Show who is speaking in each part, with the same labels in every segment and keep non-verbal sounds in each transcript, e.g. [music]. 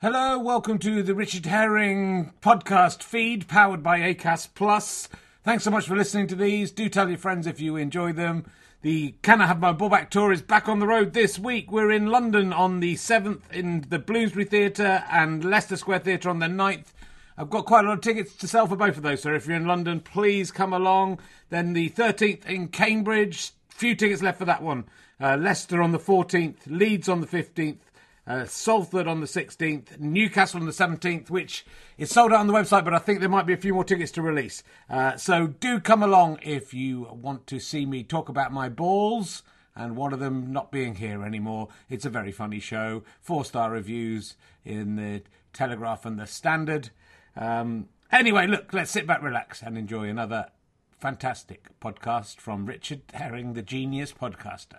Speaker 1: Hello, welcome to the Richard Herring podcast feed powered by ACAS Plus. Thanks so much for listening to these. Do tell your friends if you enjoy them. The Can I Have My Ball Back tour is back on the road this week. We're in London on the 7th in the Bloomsbury Theatre and Leicester Square Theatre on the 9th. I've got quite a lot of tickets to sell for both of those, so if you're in London, please come along. Then the 13th in Cambridge, few tickets left for that one. Uh, Leicester on the 14th, Leeds on the 15th, uh, Salford on the 16th, Newcastle on the 17th, which is sold out on the website, but I think there might be a few more tickets to release. Uh, so do come along if you want to see me talk about my balls and one of them not being here anymore. It's a very funny show. Four star reviews in the Telegraph and the Standard. Um, anyway, look, let's sit back, relax, and enjoy another fantastic podcast from Richard Herring, the genius podcaster.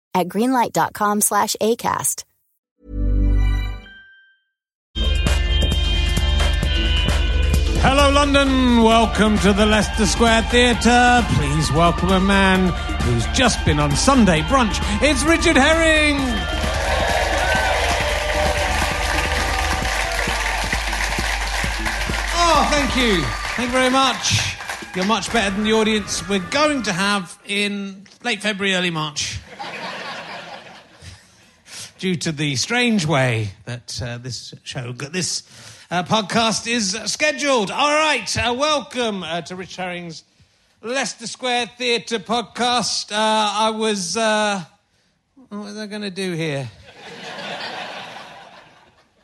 Speaker 2: at greenlight.com slash ACAST.
Speaker 1: Hello, London. Welcome to the Leicester Square Theatre. Please welcome a man who's just been on Sunday brunch. It's Richard Herring. Oh, thank you. Thank you very much. You're much better than the audience we're going to have in late February, early March. Due to the strange way that uh, this show, this uh, podcast is scheduled. All right, uh, welcome uh, to Rich Herring's Leicester Square Theatre podcast. Uh, I was. Uh, what was I going to do here?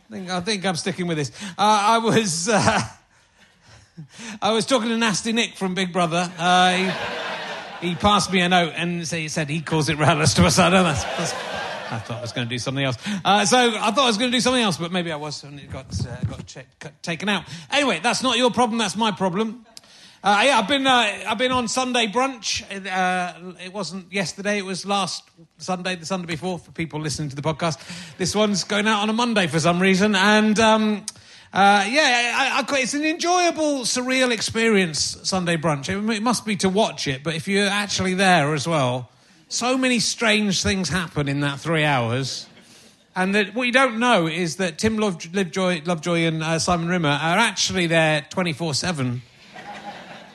Speaker 1: I think, I think I'm sticking with this. Uh, I was. Uh, [laughs] I was talking to Nasty Nick from Big Brother. Uh, he, he passed me a note and say- he said he calls it Rattlers to us. I don't know. That's- I thought I was going to do something else. Uh, so I thought I was going to do something else, but maybe I was, and it got, uh, got checked, cut, taken out. Anyway, that's not your problem, that's my problem. Uh, yeah, I've been, uh, I've been on Sunday brunch. Uh, it wasn't yesterday, it was last Sunday, the Sunday before, for people listening to the podcast. This one's going out on a Monday for some reason, and. Um, uh, yeah, I, I, quite- it's an enjoyable, surreal experience, Sunday brunch. It, it must be to watch it, but if you're actually there as well, so many strange things happen in that three hours. And that what you don't know is that Tim Love, Lovejoy, Lovejoy and uh, Simon Rimmer are actually there 24 7,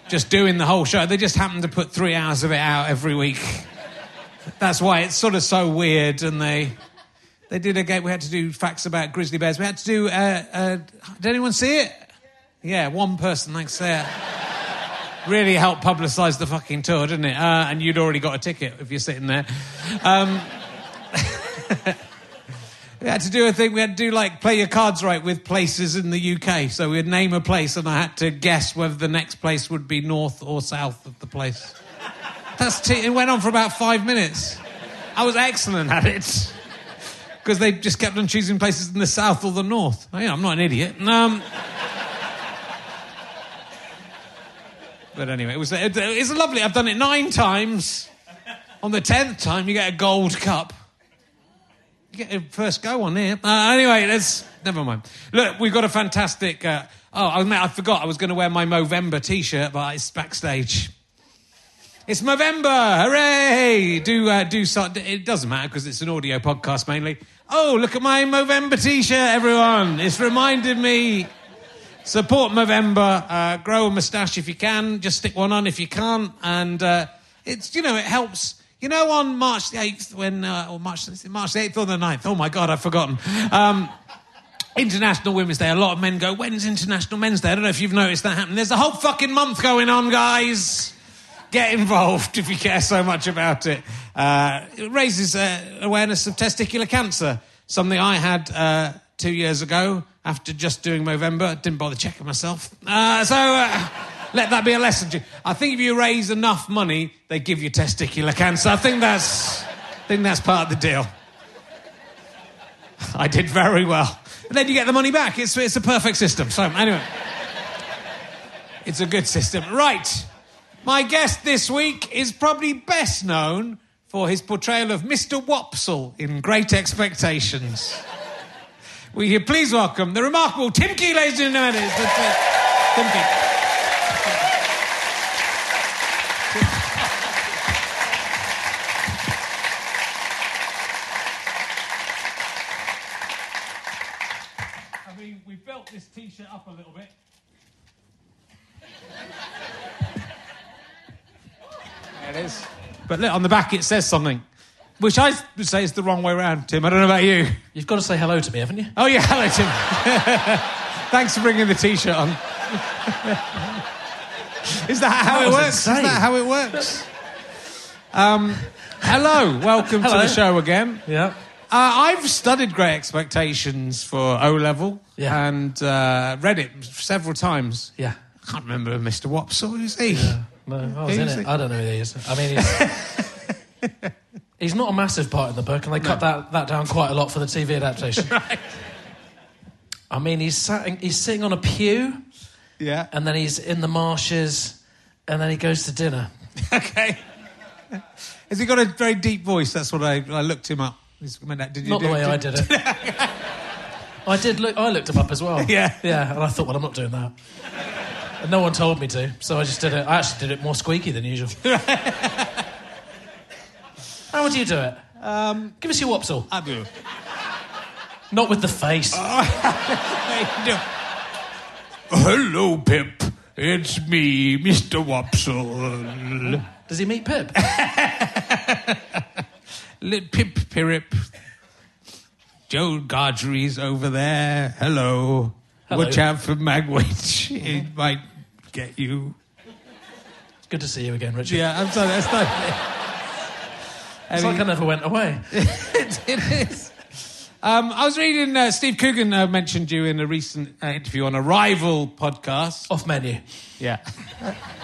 Speaker 1: just doing the whole show. They just happen to put three hours of it out every week. That's why it's sort of so weird, and they. They did a game. We had to do facts about grizzly bears. We had to do. Uh, uh, did anyone see it? Yeah, one person. Thanks, Sarah. really helped publicise the fucking tour, didn't it? Uh, and you'd already got a ticket if you're sitting there. Um, [laughs] we had to do a thing. We had to do like play your cards right with places in the UK. So we'd name a place, and I had to guess whether the next place would be north or south of the place. That's t- it went on for about five minutes. I was excellent at it because they just kept on choosing places in the south or the north. Oh, yeah, I'm not an idiot. Um, but anyway, it was it- it's lovely. I've done it nine times. On the tenth time, you get a gold cup. You get a first go on here. Uh, anyway, let's never mind. Look, we've got a fantastic. Uh, oh, I, meant- I forgot. I was going to wear my Movember T-shirt, but it's backstage. It's Movember! Hooray! Do uh, do so- it doesn't matter because it's an audio podcast mainly. Oh, look at my Movember t-shirt, everyone! It's reminded me. Support Movember. Uh, grow a moustache if you can. Just stick one on if you can't, and uh, it's you know it helps. You know, on March the 8th, when, uh, or March, is it March the 8th or the 9th? Oh my God, I've forgotten. Um, International Women's Day. A lot of men go, when's International Men's Day? I don't know if you've noticed that happen. There's a whole fucking month going on, guys. Get involved if you care so much about it. Uh, it raises uh, awareness of testicular cancer, something I had uh, two years ago after just doing Movember. Didn't bother checking myself. Uh, so uh, let that be a lesson to you. I think if you raise enough money, they give you testicular cancer. I think that's, I think that's part of the deal. I did very well. But then you get the money back. It's, it's a perfect system. So, anyway, it's a good system. Right. My guest this week is probably best known for his portrayal of Mr. Wopsle in Great Expectations. Will you please welcome the remarkable Tim Key, ladies and gentlemen? It's the- the- Tim Key. I mean, we built this T-shirt up a little bit. There it is. But look, on the back it says something, which I would say is the wrong way round, Tim. I don't know about you.
Speaker 3: You've got to say hello to me, haven't you?
Speaker 1: Oh, yeah, hello, Tim. [laughs] Thanks for bringing the T-shirt on. [laughs] is that how
Speaker 3: That
Speaker 1: it
Speaker 3: was
Speaker 1: works? Is
Speaker 3: insane.
Speaker 1: that how it works? Um, hello, welcome to
Speaker 3: Hello.
Speaker 1: the show again.
Speaker 3: Yeah.
Speaker 1: Uh, I've studied Great Expectations for O level
Speaker 3: Yeah.
Speaker 1: and uh, read it several times.
Speaker 3: Yeah.
Speaker 1: I can't remember Mr. Wopsle. Who's he?
Speaker 3: No, I was
Speaker 1: Who
Speaker 3: in
Speaker 1: is
Speaker 3: it.
Speaker 1: it?
Speaker 3: I don't know who he is. I mean, he's,
Speaker 1: [laughs]
Speaker 3: he's not a massive part in the book, and they cut that, that down quite a lot for the TV
Speaker 1: [laughs]
Speaker 3: adaptation. I mean, he's sat, he's sitting on a pew,
Speaker 1: Yeah.
Speaker 3: and then he's in the marshes, and then he goes to dinner.
Speaker 1: [laughs] okay. Has he got a very deep voice? That's what I, I looked him up. Is- I mean, that- Did you
Speaker 3: Not
Speaker 1: do
Speaker 3: the way I did it.
Speaker 1: [laughs]
Speaker 3: I did look. I looked him up as well.
Speaker 1: Yeah.
Speaker 3: yeah. And I thought, well, I'm not doing that. And no one told me to, so I just did it. I actually did it more squeaky than
Speaker 1: [laughs]
Speaker 3: usual. How would you do it? Um, Give us your wopsle.
Speaker 1: I do.
Speaker 3: Not with the face.
Speaker 1: No. Hello, Pip. It's me, Mr. Wopsle.
Speaker 3: Does he meet Pip?
Speaker 1: Li- Pip Pirip. Joe Gargery's over there. Hello.
Speaker 3: Hello.
Speaker 1: Watch out for Magwitch. It might get you.
Speaker 3: It's Good to see you again, Richard.
Speaker 1: Yeah, I'm sorry. That's not.
Speaker 3: It's like I never went away.
Speaker 1: [laughs] it, it is. Um, I was reading uh, Steve Coogan uh, mentioned you in a recent uh, interview on a rival podcast.
Speaker 3: Off menu.
Speaker 1: Yeah.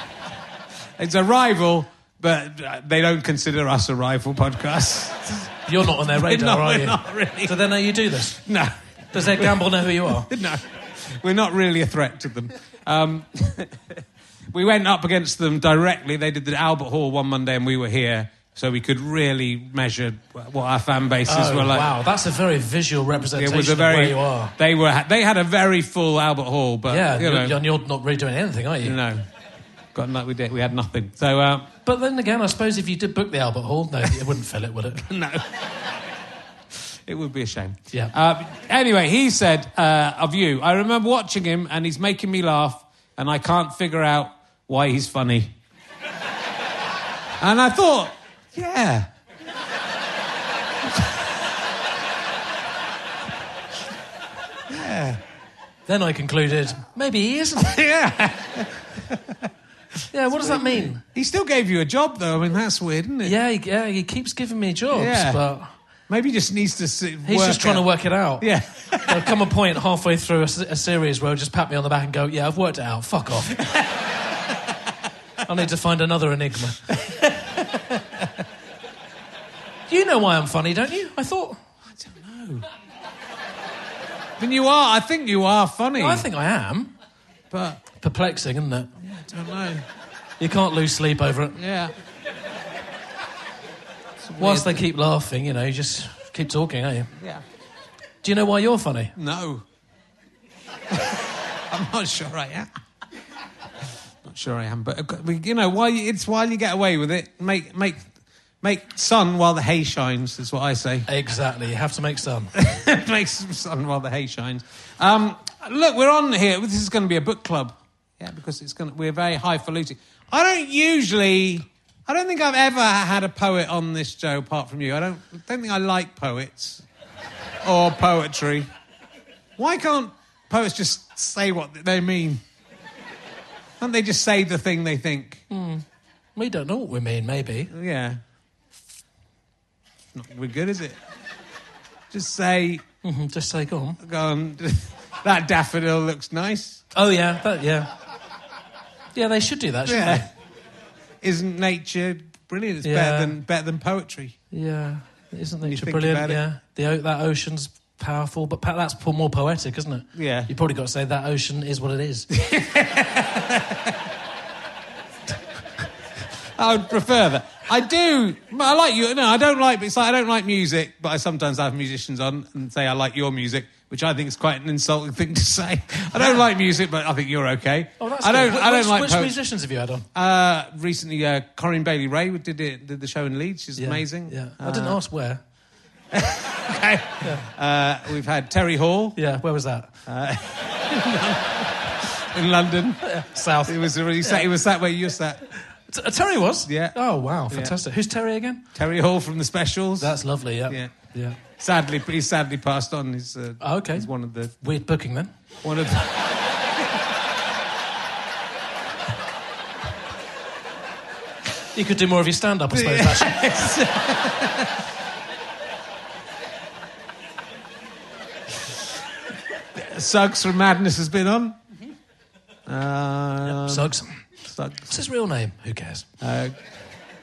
Speaker 1: [laughs] it's a rival, but uh, they don't consider us a rival
Speaker 3: [laughs]
Speaker 1: podcast.
Speaker 3: You're not on
Speaker 1: [laughs]
Speaker 3: their radar,
Speaker 1: not-
Speaker 3: are
Speaker 1: we're
Speaker 3: you?
Speaker 1: not really.
Speaker 3: Do they know you do this?
Speaker 1: No, [laughs]
Speaker 3: Does their gamble know who you are?
Speaker 1: no. We're not really a threat to them. Um, [laughs] we went up against them directly. They did the Albert Hall one Monday, and we were here. So we could really measure what our fan bases
Speaker 3: Oh,
Speaker 1: were like.
Speaker 3: wow, that's a very visual representation
Speaker 1: It was a very.
Speaker 3: of where you are.
Speaker 1: They were. They had a very full Albert Hall, but
Speaker 3: Yeah,
Speaker 1: you
Speaker 3: you're,
Speaker 1: know,
Speaker 3: and you're not really doing anything, are you?
Speaker 1: no, got no, we did. We had nothing. So uh,
Speaker 3: But then again, I suppose if you did book the Albert Hall, no, it wouldn't fill it,
Speaker 1: [laughs]
Speaker 3: would it?
Speaker 1: no, it would be a shame.
Speaker 3: Yeah.
Speaker 1: Uh, anyway, he said uh, of you. I remember watching him, and he's making me laugh, and I can't figure out why he's funny. and I thought, yeah.
Speaker 3: Then I concluded, maybe he isn't.
Speaker 1: Yeah,
Speaker 3: Yeah, what does that mean?
Speaker 1: he still gave you a job though. I mean, that's weird, isn't it?
Speaker 3: Yeah, he- yeah, he keeps giving me jobs,
Speaker 1: Yeah.
Speaker 3: but
Speaker 1: Maybe he just needs to. Sit,
Speaker 3: he's just trying to work it out.
Speaker 1: Yeah.
Speaker 3: [laughs] There'll come a point halfway through a, s- a series where he'll just pat me on the back and go, yeah, I've worked it out. Fuck off. I need to find another enigma. [laughs] you know why I'm funny, don't you? I thought.
Speaker 1: I mean, you are. I think you are funny.
Speaker 3: I think I am.
Speaker 1: but
Speaker 3: Perplexing, isn't it?
Speaker 1: I don't know.
Speaker 3: You can't lose sleep over it.
Speaker 1: Yeah.
Speaker 3: Whilst they keep laughing, you know, you just keep talking, are you?
Speaker 1: Yeah.
Speaker 3: Do you know why you're funny?
Speaker 1: No. [laughs] I'm not sure I am. Not sure I am, but uh, we- you know, while you, it's while you get away with it, make make make sun while the hay shines. Is what I say.
Speaker 3: Exactly. You have to make some.
Speaker 1: [laughs] make some sun while the hay shines. Um, look, we're on here. This is going to be a book club, yeah, because it's going. To, we're very highfalutin. I don't usually. I don't think I've ever had a poet on this show apart from you. I don't, don't think I like poets or poetry. Why can't poets just say what they mean? Can't they just say the thing they think?
Speaker 3: We don't know what we mean, maybe.
Speaker 1: Yeah. It's not we're good, is it? Just Mm-hmm. say,
Speaker 3: Mhm, Just say, go on.
Speaker 1: go on, [laughs] that daffodil looks nice.
Speaker 3: Oh, yeah, that, yeah. Yeah, they should do that, shouldn't
Speaker 1: Yeah. Isn't nature brilliant? It's better
Speaker 3: Yeah.
Speaker 1: than better than poetry.
Speaker 3: they? Yeah. Isn't nature
Speaker 1: think about
Speaker 3: brilliant?
Speaker 1: it.
Speaker 3: Yeah. The, o- that ocean's powerful, but pa- that's po- more poetic, isn't it?
Speaker 1: Yeah.
Speaker 3: you probably got to say that ocean is what it
Speaker 1: [laughs]
Speaker 3: is.
Speaker 1: I would prefer that. I do. but I like you. No, I don't like. It's like I don't like music, but I sometimes have musicians on and say I like your music, which I think is quite an insulting thing to say. I don't like music, but I think you're okay.
Speaker 3: Oh, that's
Speaker 1: I don't.
Speaker 3: good. Wh-
Speaker 1: I don't
Speaker 3: which,
Speaker 1: like
Speaker 3: Which
Speaker 1: poetry.
Speaker 3: musicians have you had on?
Speaker 1: Uh, recently, uh, Corinne Bailey Ray did it, did the show in Leeds. She's
Speaker 3: Yeah,
Speaker 1: amazing.
Speaker 3: Yeah.
Speaker 1: Uh,
Speaker 3: I didn't ask where.
Speaker 1: Okay. Uh, we've had Terry Hall
Speaker 3: Yeah, where was that?
Speaker 1: in London.
Speaker 3: South.
Speaker 1: Uh, It was really sat. He was sat where you sat.
Speaker 3: T- uh, Terry was?
Speaker 1: Yeah.
Speaker 3: Oh, wow, fantastic. Who's Terry again?
Speaker 1: Terry Hall from the Specials.
Speaker 3: That's lovely, yeah.
Speaker 1: Yeah.
Speaker 3: Yeah.
Speaker 1: sadly, he sadly passed on. He's uh,
Speaker 3: Oh, okay.
Speaker 1: He's one of the
Speaker 3: Weird booking then.
Speaker 1: one of. The, [laughs]
Speaker 3: You could do more of your stand up, I
Speaker 1: [laughs]
Speaker 3: suppose. actually.
Speaker 1: Suggs from Madness has been on. Uh,
Speaker 3: Suggs.
Speaker 1: Suggs.
Speaker 3: What's his real name? Who cares?
Speaker 1: Uh,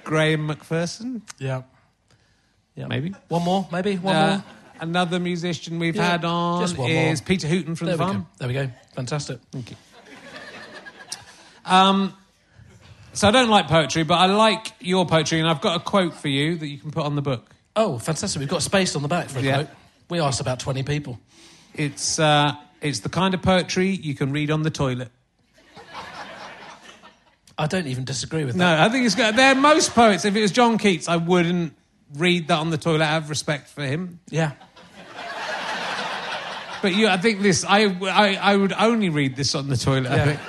Speaker 1: Graham McPherson,
Speaker 3: Yeah. Yeah.
Speaker 1: maybe.
Speaker 3: One more, maybe? One
Speaker 1: Uh,
Speaker 3: more?
Speaker 1: another musician we've
Speaker 3: Yeah,
Speaker 1: had on
Speaker 3: just one more.
Speaker 1: is Peter Hooton from
Speaker 3: There
Speaker 1: the
Speaker 3: we go.
Speaker 1: Farm.
Speaker 3: There we go. Fantastic. Thank you.
Speaker 1: So I don't like poetry, but I like your poetry, and I've got a quote for you that you can put on the book.
Speaker 3: Oh, fantastic. We've got space on the back for a
Speaker 1: Yeah.
Speaker 3: quote. We asked about 20 people.
Speaker 1: It's uh, it's the kind of poetry you can read on the toilet.
Speaker 3: I don't even disagree with that.
Speaker 1: No, I think it's good. They're most poets. If it was John Keats, I wouldn't read that on the toilet. I have respect for him.
Speaker 3: Yeah.
Speaker 1: But you, I think this, I, I, I would only read this on the toilet. I,
Speaker 3: yeah.
Speaker 1: think.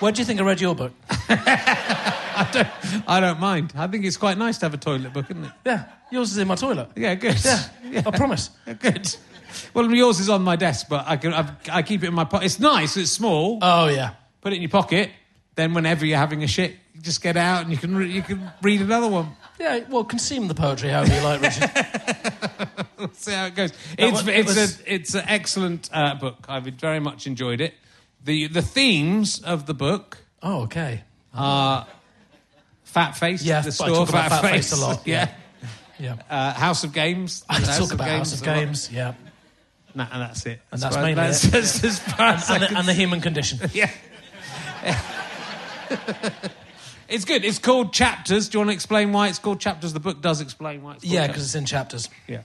Speaker 3: Where do you think I read
Speaker 1: [laughs]
Speaker 3: your book?
Speaker 1: I, don't, I don't mind. I think it's quite nice to have a toilet book, isn't it?
Speaker 3: Yeah. Yours is in my toilet.
Speaker 1: [laughs] Yeah, good.
Speaker 3: Yeah. I promise.
Speaker 1: Good. Well, yours is on my desk, but I, can, I, I keep it in my pocket. It's nice, it's small.
Speaker 3: Oh, yeah.
Speaker 1: Put it in your pocket. Then, whenever you're having a shit, you just get out and you can, re- you can read another one. [laughs]
Speaker 3: Yeah, well, consume the poetry however you like, Richard.
Speaker 1: see how it goes.
Speaker 3: That
Speaker 1: It's,
Speaker 3: wa-
Speaker 1: it's,
Speaker 3: was-
Speaker 1: a, it's an excellent uh, book. I've very much enjoyed it. The, the themes of the book
Speaker 3: oh, okay.
Speaker 1: are Fat Face,
Speaker 3: Yeah,
Speaker 1: the
Speaker 3: but I
Speaker 1: store
Speaker 3: talk about
Speaker 1: Fat,
Speaker 3: Fat
Speaker 1: Face
Speaker 3: Face
Speaker 1: [laughs]
Speaker 3: a lot,
Speaker 1: Yeah.
Speaker 3: Yeah.
Speaker 1: Uh, House of Games.
Speaker 3: I
Speaker 1: House
Speaker 3: talk about House of
Speaker 1: a lot.
Speaker 3: Games, yeah.
Speaker 1: Nah, and that's it.
Speaker 3: And
Speaker 1: As
Speaker 3: that's
Speaker 1: far-
Speaker 3: mainly
Speaker 1: that's, [laughs]
Speaker 3: it.
Speaker 1: that's as far as I
Speaker 3: And the,
Speaker 1: can
Speaker 3: and the
Speaker 1: [laughs]
Speaker 3: human condition.
Speaker 1: Yeah. [laughs] it's good. It's called Chapters. Do you want to explain why it's called Chapters? The book does explain why it's called
Speaker 3: Yeah, because
Speaker 1: Chapters.
Speaker 3: it's in chapters.
Speaker 1: Yeah.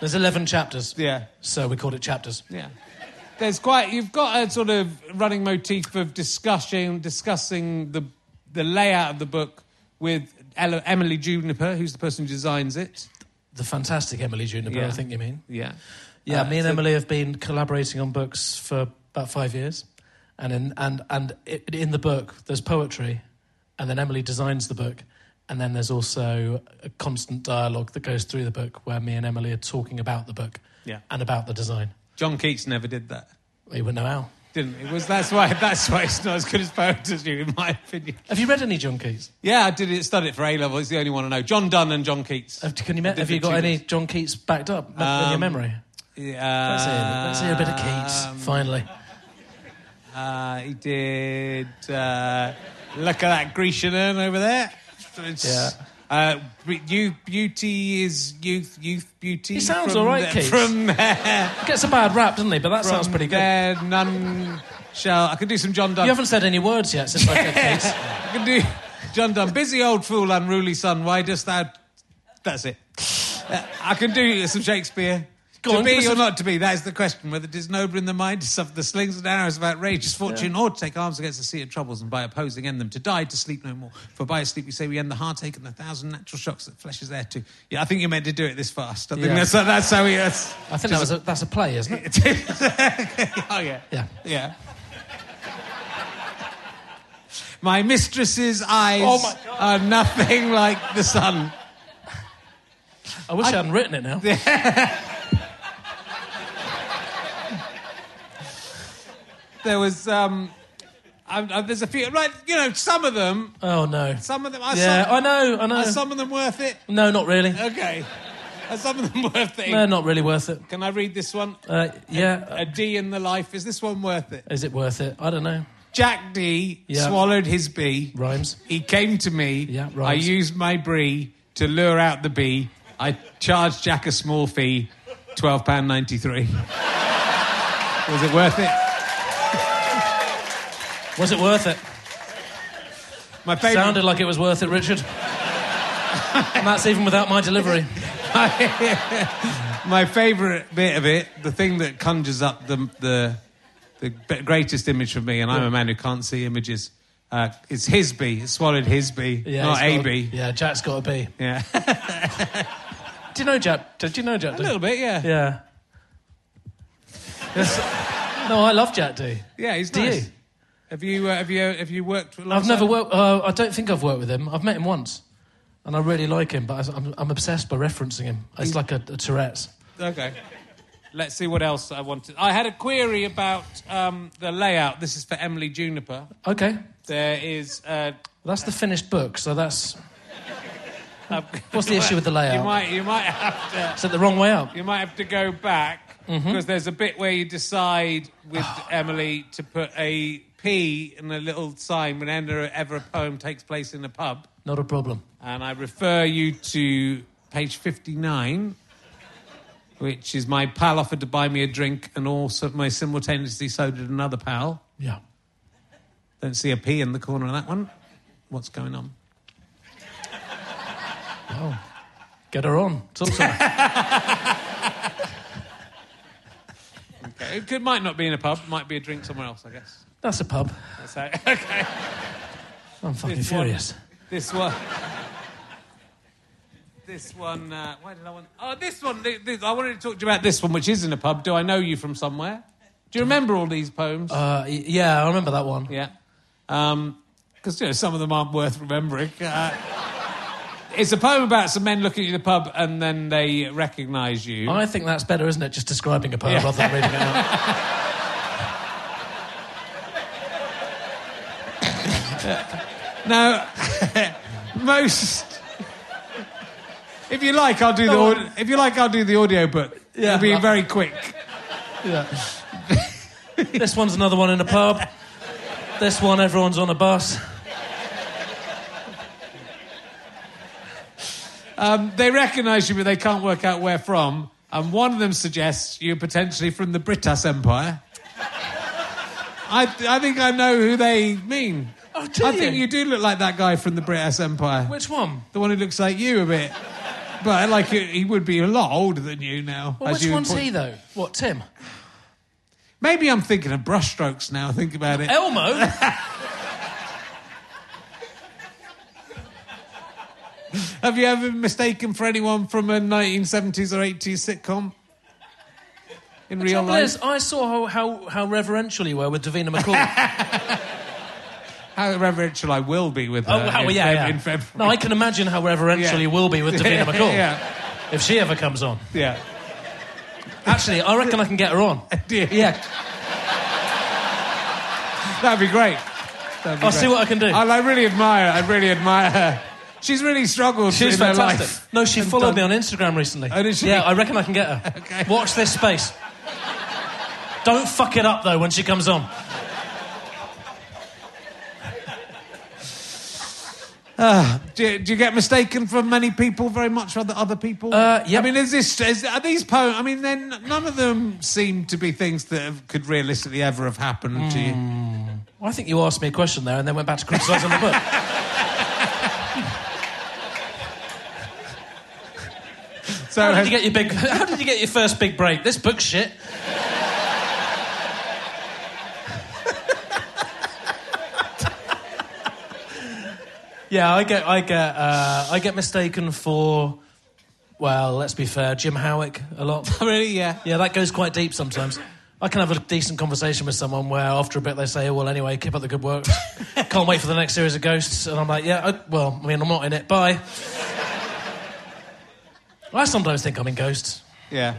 Speaker 3: There's 11 chapters.
Speaker 1: Yeah.
Speaker 3: So we called it chapters.
Speaker 1: Yeah. There's quite you've got a sort of running motif of discussing discussing the the layout of the book with Ele- Emily Juniper, who's the person who designs it.
Speaker 3: The fantastic Emily Juniper,
Speaker 1: Yeah.
Speaker 3: I think you mean.
Speaker 1: Yeah.
Speaker 3: Yeah,
Speaker 1: Uh,
Speaker 3: me and
Speaker 1: so-
Speaker 3: Emily have been collaborating on books for about five years, and in, and and i in the book there's poetry, and then Emily designs the book, and then there's also a constant dialogue that goes through the book where me and Emily are talking about the book,
Speaker 1: Yeah.
Speaker 3: and about the design.
Speaker 1: John Keats never did that.
Speaker 3: We wouldn't know how.
Speaker 1: Didn't he? was that's why that's why it's not as good as poetry, in my opinion.
Speaker 3: Have you read any John Keats?
Speaker 1: Yeah, I did it studied it for A level, it's the only one I know. John Donne and John Keats.
Speaker 3: Have, Oh, can you
Speaker 1: I
Speaker 3: me-
Speaker 1: did
Speaker 3: have
Speaker 1: the
Speaker 3: you got
Speaker 1: two
Speaker 3: any
Speaker 1: books.
Speaker 3: John Keats backed up in your
Speaker 1: Um,
Speaker 3: memory?
Speaker 1: Yeah. Um,
Speaker 3: Let's hear, let's hear a bit of Keats finally.
Speaker 1: Uh, he did. Uh, look at that Grecian urn over there. It's,
Speaker 3: Yeah.
Speaker 1: Uh, be- you, beauty is youth, youth, beauty.
Speaker 3: He sounds
Speaker 1: from
Speaker 3: all right,
Speaker 1: the-
Speaker 3: Keats.
Speaker 1: From,
Speaker 3: Gets a bad rap, doesn't he? But that
Speaker 1: from
Speaker 3: sounds pretty good.
Speaker 1: There, none shall. I could do some John Donne.
Speaker 3: You haven't said any words yet since
Speaker 1: [laughs]
Speaker 3: I said Keats.
Speaker 1: I could do John Donne. Busy old fool, unruly son. Why dost thou? That's it. Uh, I can do some Shakespeare.
Speaker 3: Go
Speaker 1: to
Speaker 3: on, give
Speaker 1: be
Speaker 3: us
Speaker 1: or
Speaker 3: a-
Speaker 1: not to be, that is the question. Whether it is noble in the mind to suffer the slings and arrows of outrageous fortune, or to take arms against the sea of troubles, and by opposing end them, to die, to sleep no more. For by sleep we say we end the heartache and the thousand natural shocks that flesh is there to. Yeah, I think you're meant to do it this fast. I think
Speaker 3: Yeah.
Speaker 1: that's, that's how he is.
Speaker 3: I think that was a, that's a play, isn't it?
Speaker 1: [laughs] oh, yeah.
Speaker 3: Yeah.
Speaker 1: Yeah. My mistress's eyes
Speaker 3: Oh, my
Speaker 1: are nothing like the sun.
Speaker 3: I wish I, hadn't written it now.
Speaker 1: There was, um, I, I, there's a few, right, you know, some of them,
Speaker 3: Oh no.
Speaker 1: some of them, are
Speaker 3: yeah,
Speaker 1: some,
Speaker 3: I know. I know.
Speaker 1: are some of them worth it?
Speaker 3: No, not really.
Speaker 1: Okay. Are some of them [laughs] worth it?
Speaker 3: No, not really worth it.
Speaker 1: Can I read this one?
Speaker 3: Uh, yeah.
Speaker 1: A D in the life, is this one worth it?
Speaker 3: Is it worth it? I don't know.
Speaker 1: Jack D
Speaker 3: Yeah.
Speaker 1: swallowed his bee.
Speaker 3: Rhymes.
Speaker 1: He came to me.
Speaker 3: Yeah,
Speaker 1: I
Speaker 3: right.
Speaker 1: used my brie to lure out the bee. I charged Jack a small fee, twelve pound ninety three. Was it worth it?
Speaker 3: Was it worth it?
Speaker 1: My favorite.
Speaker 3: Sounded like it was worth
Speaker 1: [laughs]
Speaker 3: it, Richard. and that's even without my delivery.
Speaker 1: my favorite bit of it, the thing that conjures up the the, the be- greatest image for me, and I'm a man who can't see images. Uh, it's his bee. It swallowed his bee,
Speaker 3: Yeah,
Speaker 1: not
Speaker 3: he's
Speaker 1: a
Speaker 3: got
Speaker 1: bee.
Speaker 3: Yeah, Jack's got a B.
Speaker 1: Yeah, [laughs]
Speaker 3: Do you know Jack? Did you know Jack?
Speaker 1: a little bit. Yeah, yeah.
Speaker 3: Yeah. Yes. [laughs] no, I love Jack D.
Speaker 1: he's
Speaker 3: Do
Speaker 1: nice.
Speaker 3: you?
Speaker 1: Have you uh, have you have you worked?
Speaker 3: I've
Speaker 1: alongside
Speaker 3: never
Speaker 1: him?
Speaker 3: worked. Uh, I don't think I've worked with him. I've met him once, and I really like him. But I- I'm, I'm obsessed by referencing him. It's like a, a Tourette's.
Speaker 1: Okay. Let's see what else I wanted. I had a query about um, the layout. This is for Emily Juniper.
Speaker 3: Okay,
Speaker 1: There is. Uh,
Speaker 3: that's the finished book. So that's. [laughs] What's the issue with the
Speaker 1: you
Speaker 3: layout?
Speaker 1: might you might have to
Speaker 3: Is it the wrong way up?
Speaker 1: you might have to go back
Speaker 3: Mm-hmm.
Speaker 1: because there's a bit where you decide
Speaker 3: [sighs]
Speaker 1: with Emily to put a P in a little sign whenever ever a poem takes place in a pub,
Speaker 3: Not a problem.
Speaker 1: and I refer you to page fifty nine. Which is my pal offered to buy me a drink, and also my simultaneously so did another pal.
Speaker 3: Yeah.
Speaker 1: Don't see a P in the corner of that one. What's going on?
Speaker 3: Get her on. Talk to her.
Speaker 1: Okay. It could, might not be in a pub. Might be a drink somewhere else. I guess.
Speaker 3: That's a pub.
Speaker 1: That's how, [laughs] okay.
Speaker 3: I'm fucking
Speaker 1: This one-
Speaker 3: furious.
Speaker 1: This one. This one. Uh, why did I want? Oh, this one. th- this- I wanted to talk to you about this one, which is in a pub. Do I know you from somewhere? Do you remember all these poems?
Speaker 3: Uh, y- yeah, I remember that one.
Speaker 1: yeah. Because you know some of them aren't worth remembering. Uh, it's a poem about some men looking at the pub and then they recognise you.
Speaker 3: I think that's better, isn't it? Just describing a poem
Speaker 1: Yeah.
Speaker 3: rather than reading
Speaker 1: [laughs]
Speaker 3: it out.
Speaker 1: Now, [laughs] most. If you like, I'll do the.
Speaker 3: No,
Speaker 1: Aud- if you like, I'll do the audio book.
Speaker 3: Yeah.
Speaker 1: It'll be very quick.
Speaker 3: Yeah. this one's another one in a pub. This one, everyone's on a bus.
Speaker 1: Um, they recognise you, but they can't work out where from. And one of them suggests you're potentially from the British Empire. I, I think I know who they mean.
Speaker 3: Oh, do
Speaker 1: I think
Speaker 3: you?
Speaker 1: you do look like that guy from the British Empire,
Speaker 3: Which one?
Speaker 1: the one who looks like you a bit. But like he- he would be a lot older than you now.
Speaker 3: Well,
Speaker 1: as
Speaker 3: which
Speaker 1: you
Speaker 3: one's
Speaker 1: point-
Speaker 3: he, though? What, Tim?
Speaker 1: Maybe I'm thinking of brushstrokes now. Think about it.
Speaker 3: Elmo?
Speaker 1: Have you ever been mistaken for anyone from a 1970s or 80s sitcom? In real
Speaker 3: Trouble
Speaker 1: life?
Speaker 3: is, I saw how, how, how reverential you were with Davina McCall.
Speaker 1: [laughs] How reverential I will be with her
Speaker 3: oh, how,
Speaker 1: in,
Speaker 3: yeah,
Speaker 1: Feb-
Speaker 3: yeah.
Speaker 1: in February.
Speaker 3: No, I can imagine how reverential
Speaker 1: Yeah.
Speaker 3: you will be with Davina
Speaker 1: [laughs]
Speaker 3: McCall
Speaker 1: yeah,
Speaker 3: if she ever comes on.
Speaker 1: yeah.
Speaker 3: Actually, I reckon I can get her on. Yeah,
Speaker 1: That'd be great. That'd be
Speaker 3: I'll see
Speaker 1: great.
Speaker 3: what I can do.
Speaker 1: I, I really admire I really admire her. She's really struggled
Speaker 3: She's
Speaker 1: in her
Speaker 3: fantastic.
Speaker 1: life.
Speaker 3: No, she
Speaker 1: And
Speaker 3: followed
Speaker 1: done-
Speaker 3: me on Instagram recently.
Speaker 1: Oh, did she?
Speaker 3: Yeah, I reckon I can get her.
Speaker 1: Okay.
Speaker 3: Watch this space. Don't fuck it up though when she comes on.
Speaker 1: Do you, do you get mistaken for many people very much for other, other people?
Speaker 3: Uh, yeah.
Speaker 1: I mean, is this is, are these poems? I mean, then none of them seem to be things that have, could realistically ever have happened to you.
Speaker 3: Hmm. Well, I think you asked me a question there and then went back to criticising the book.
Speaker 1: So
Speaker 3: How did
Speaker 1: have-
Speaker 3: you get your big? [laughs] How did you get your first big break? This book's shit. yeah, I get, I get, uh, I get mistaken for. Well, let's be fair, Jim Howick a
Speaker 1: [laughs]
Speaker 3: lot.
Speaker 1: really, yeah.
Speaker 3: Yeah, that goes quite deep sometimes. I can have a decent conversation with someone where after a bit they say, "Oh, well, anyway, keep up the good [laughs] work. Can't wait for the next series of Ghosts. And I'm like, yeah, I, well, I mean, I'm not in it. Bye. I sometimes think I'm in Ghosts.
Speaker 1: Yeah.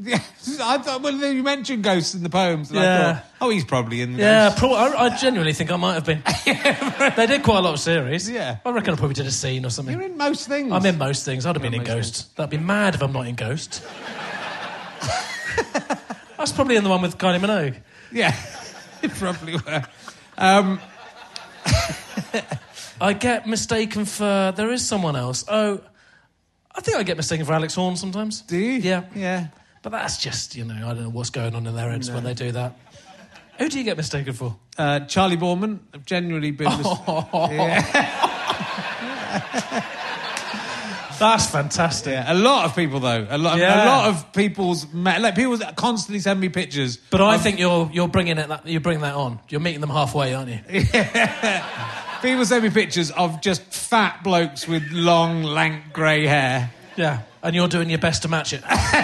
Speaker 1: Yeah, [laughs] I thought, well, you mentioned ghosts in the poems, and I
Speaker 3: Yeah.
Speaker 1: thought, oh, he's probably in the
Speaker 3: Yeah, prob- I, I genuinely think I might have been. [laughs] they did quite a lot of series.
Speaker 1: Yeah.
Speaker 3: I reckon I probably did a scene or something.
Speaker 1: You're in most things.
Speaker 3: I'm in most things. I'd have been
Speaker 1: in
Speaker 3: in
Speaker 1: most
Speaker 3: Ghost. That'd be mad if I'm not in [laughs] Ghost. I was probably in the one with Kylie Minogue.
Speaker 1: Yeah, [laughs] you probably were. Um,
Speaker 3: I get mistaken for. There is someone else. Oh, I think I get mistaken for Alex Horn sometimes.
Speaker 1: do you?
Speaker 3: Yeah.
Speaker 1: Yeah.
Speaker 3: But that's just, you know, I don't know what's going on in their heads when they do that. Who do you get mistaken for?
Speaker 1: Uh, Charlie Borman, I've generally
Speaker 3: [laughs]
Speaker 1: been.
Speaker 3: That's fantastic.
Speaker 1: Yeah, a lot of people though. A lot, a
Speaker 3: Yeah.
Speaker 1: lot of people's ma- like people constantly send me pictures.
Speaker 3: But I think you're you're bringing it that you bring that on. You're meeting them halfway, aren't you?
Speaker 1: People send me pictures of just fat blokes with long, lank, grey hair.
Speaker 3: Yeah, and you're doing your best to match it. Ah,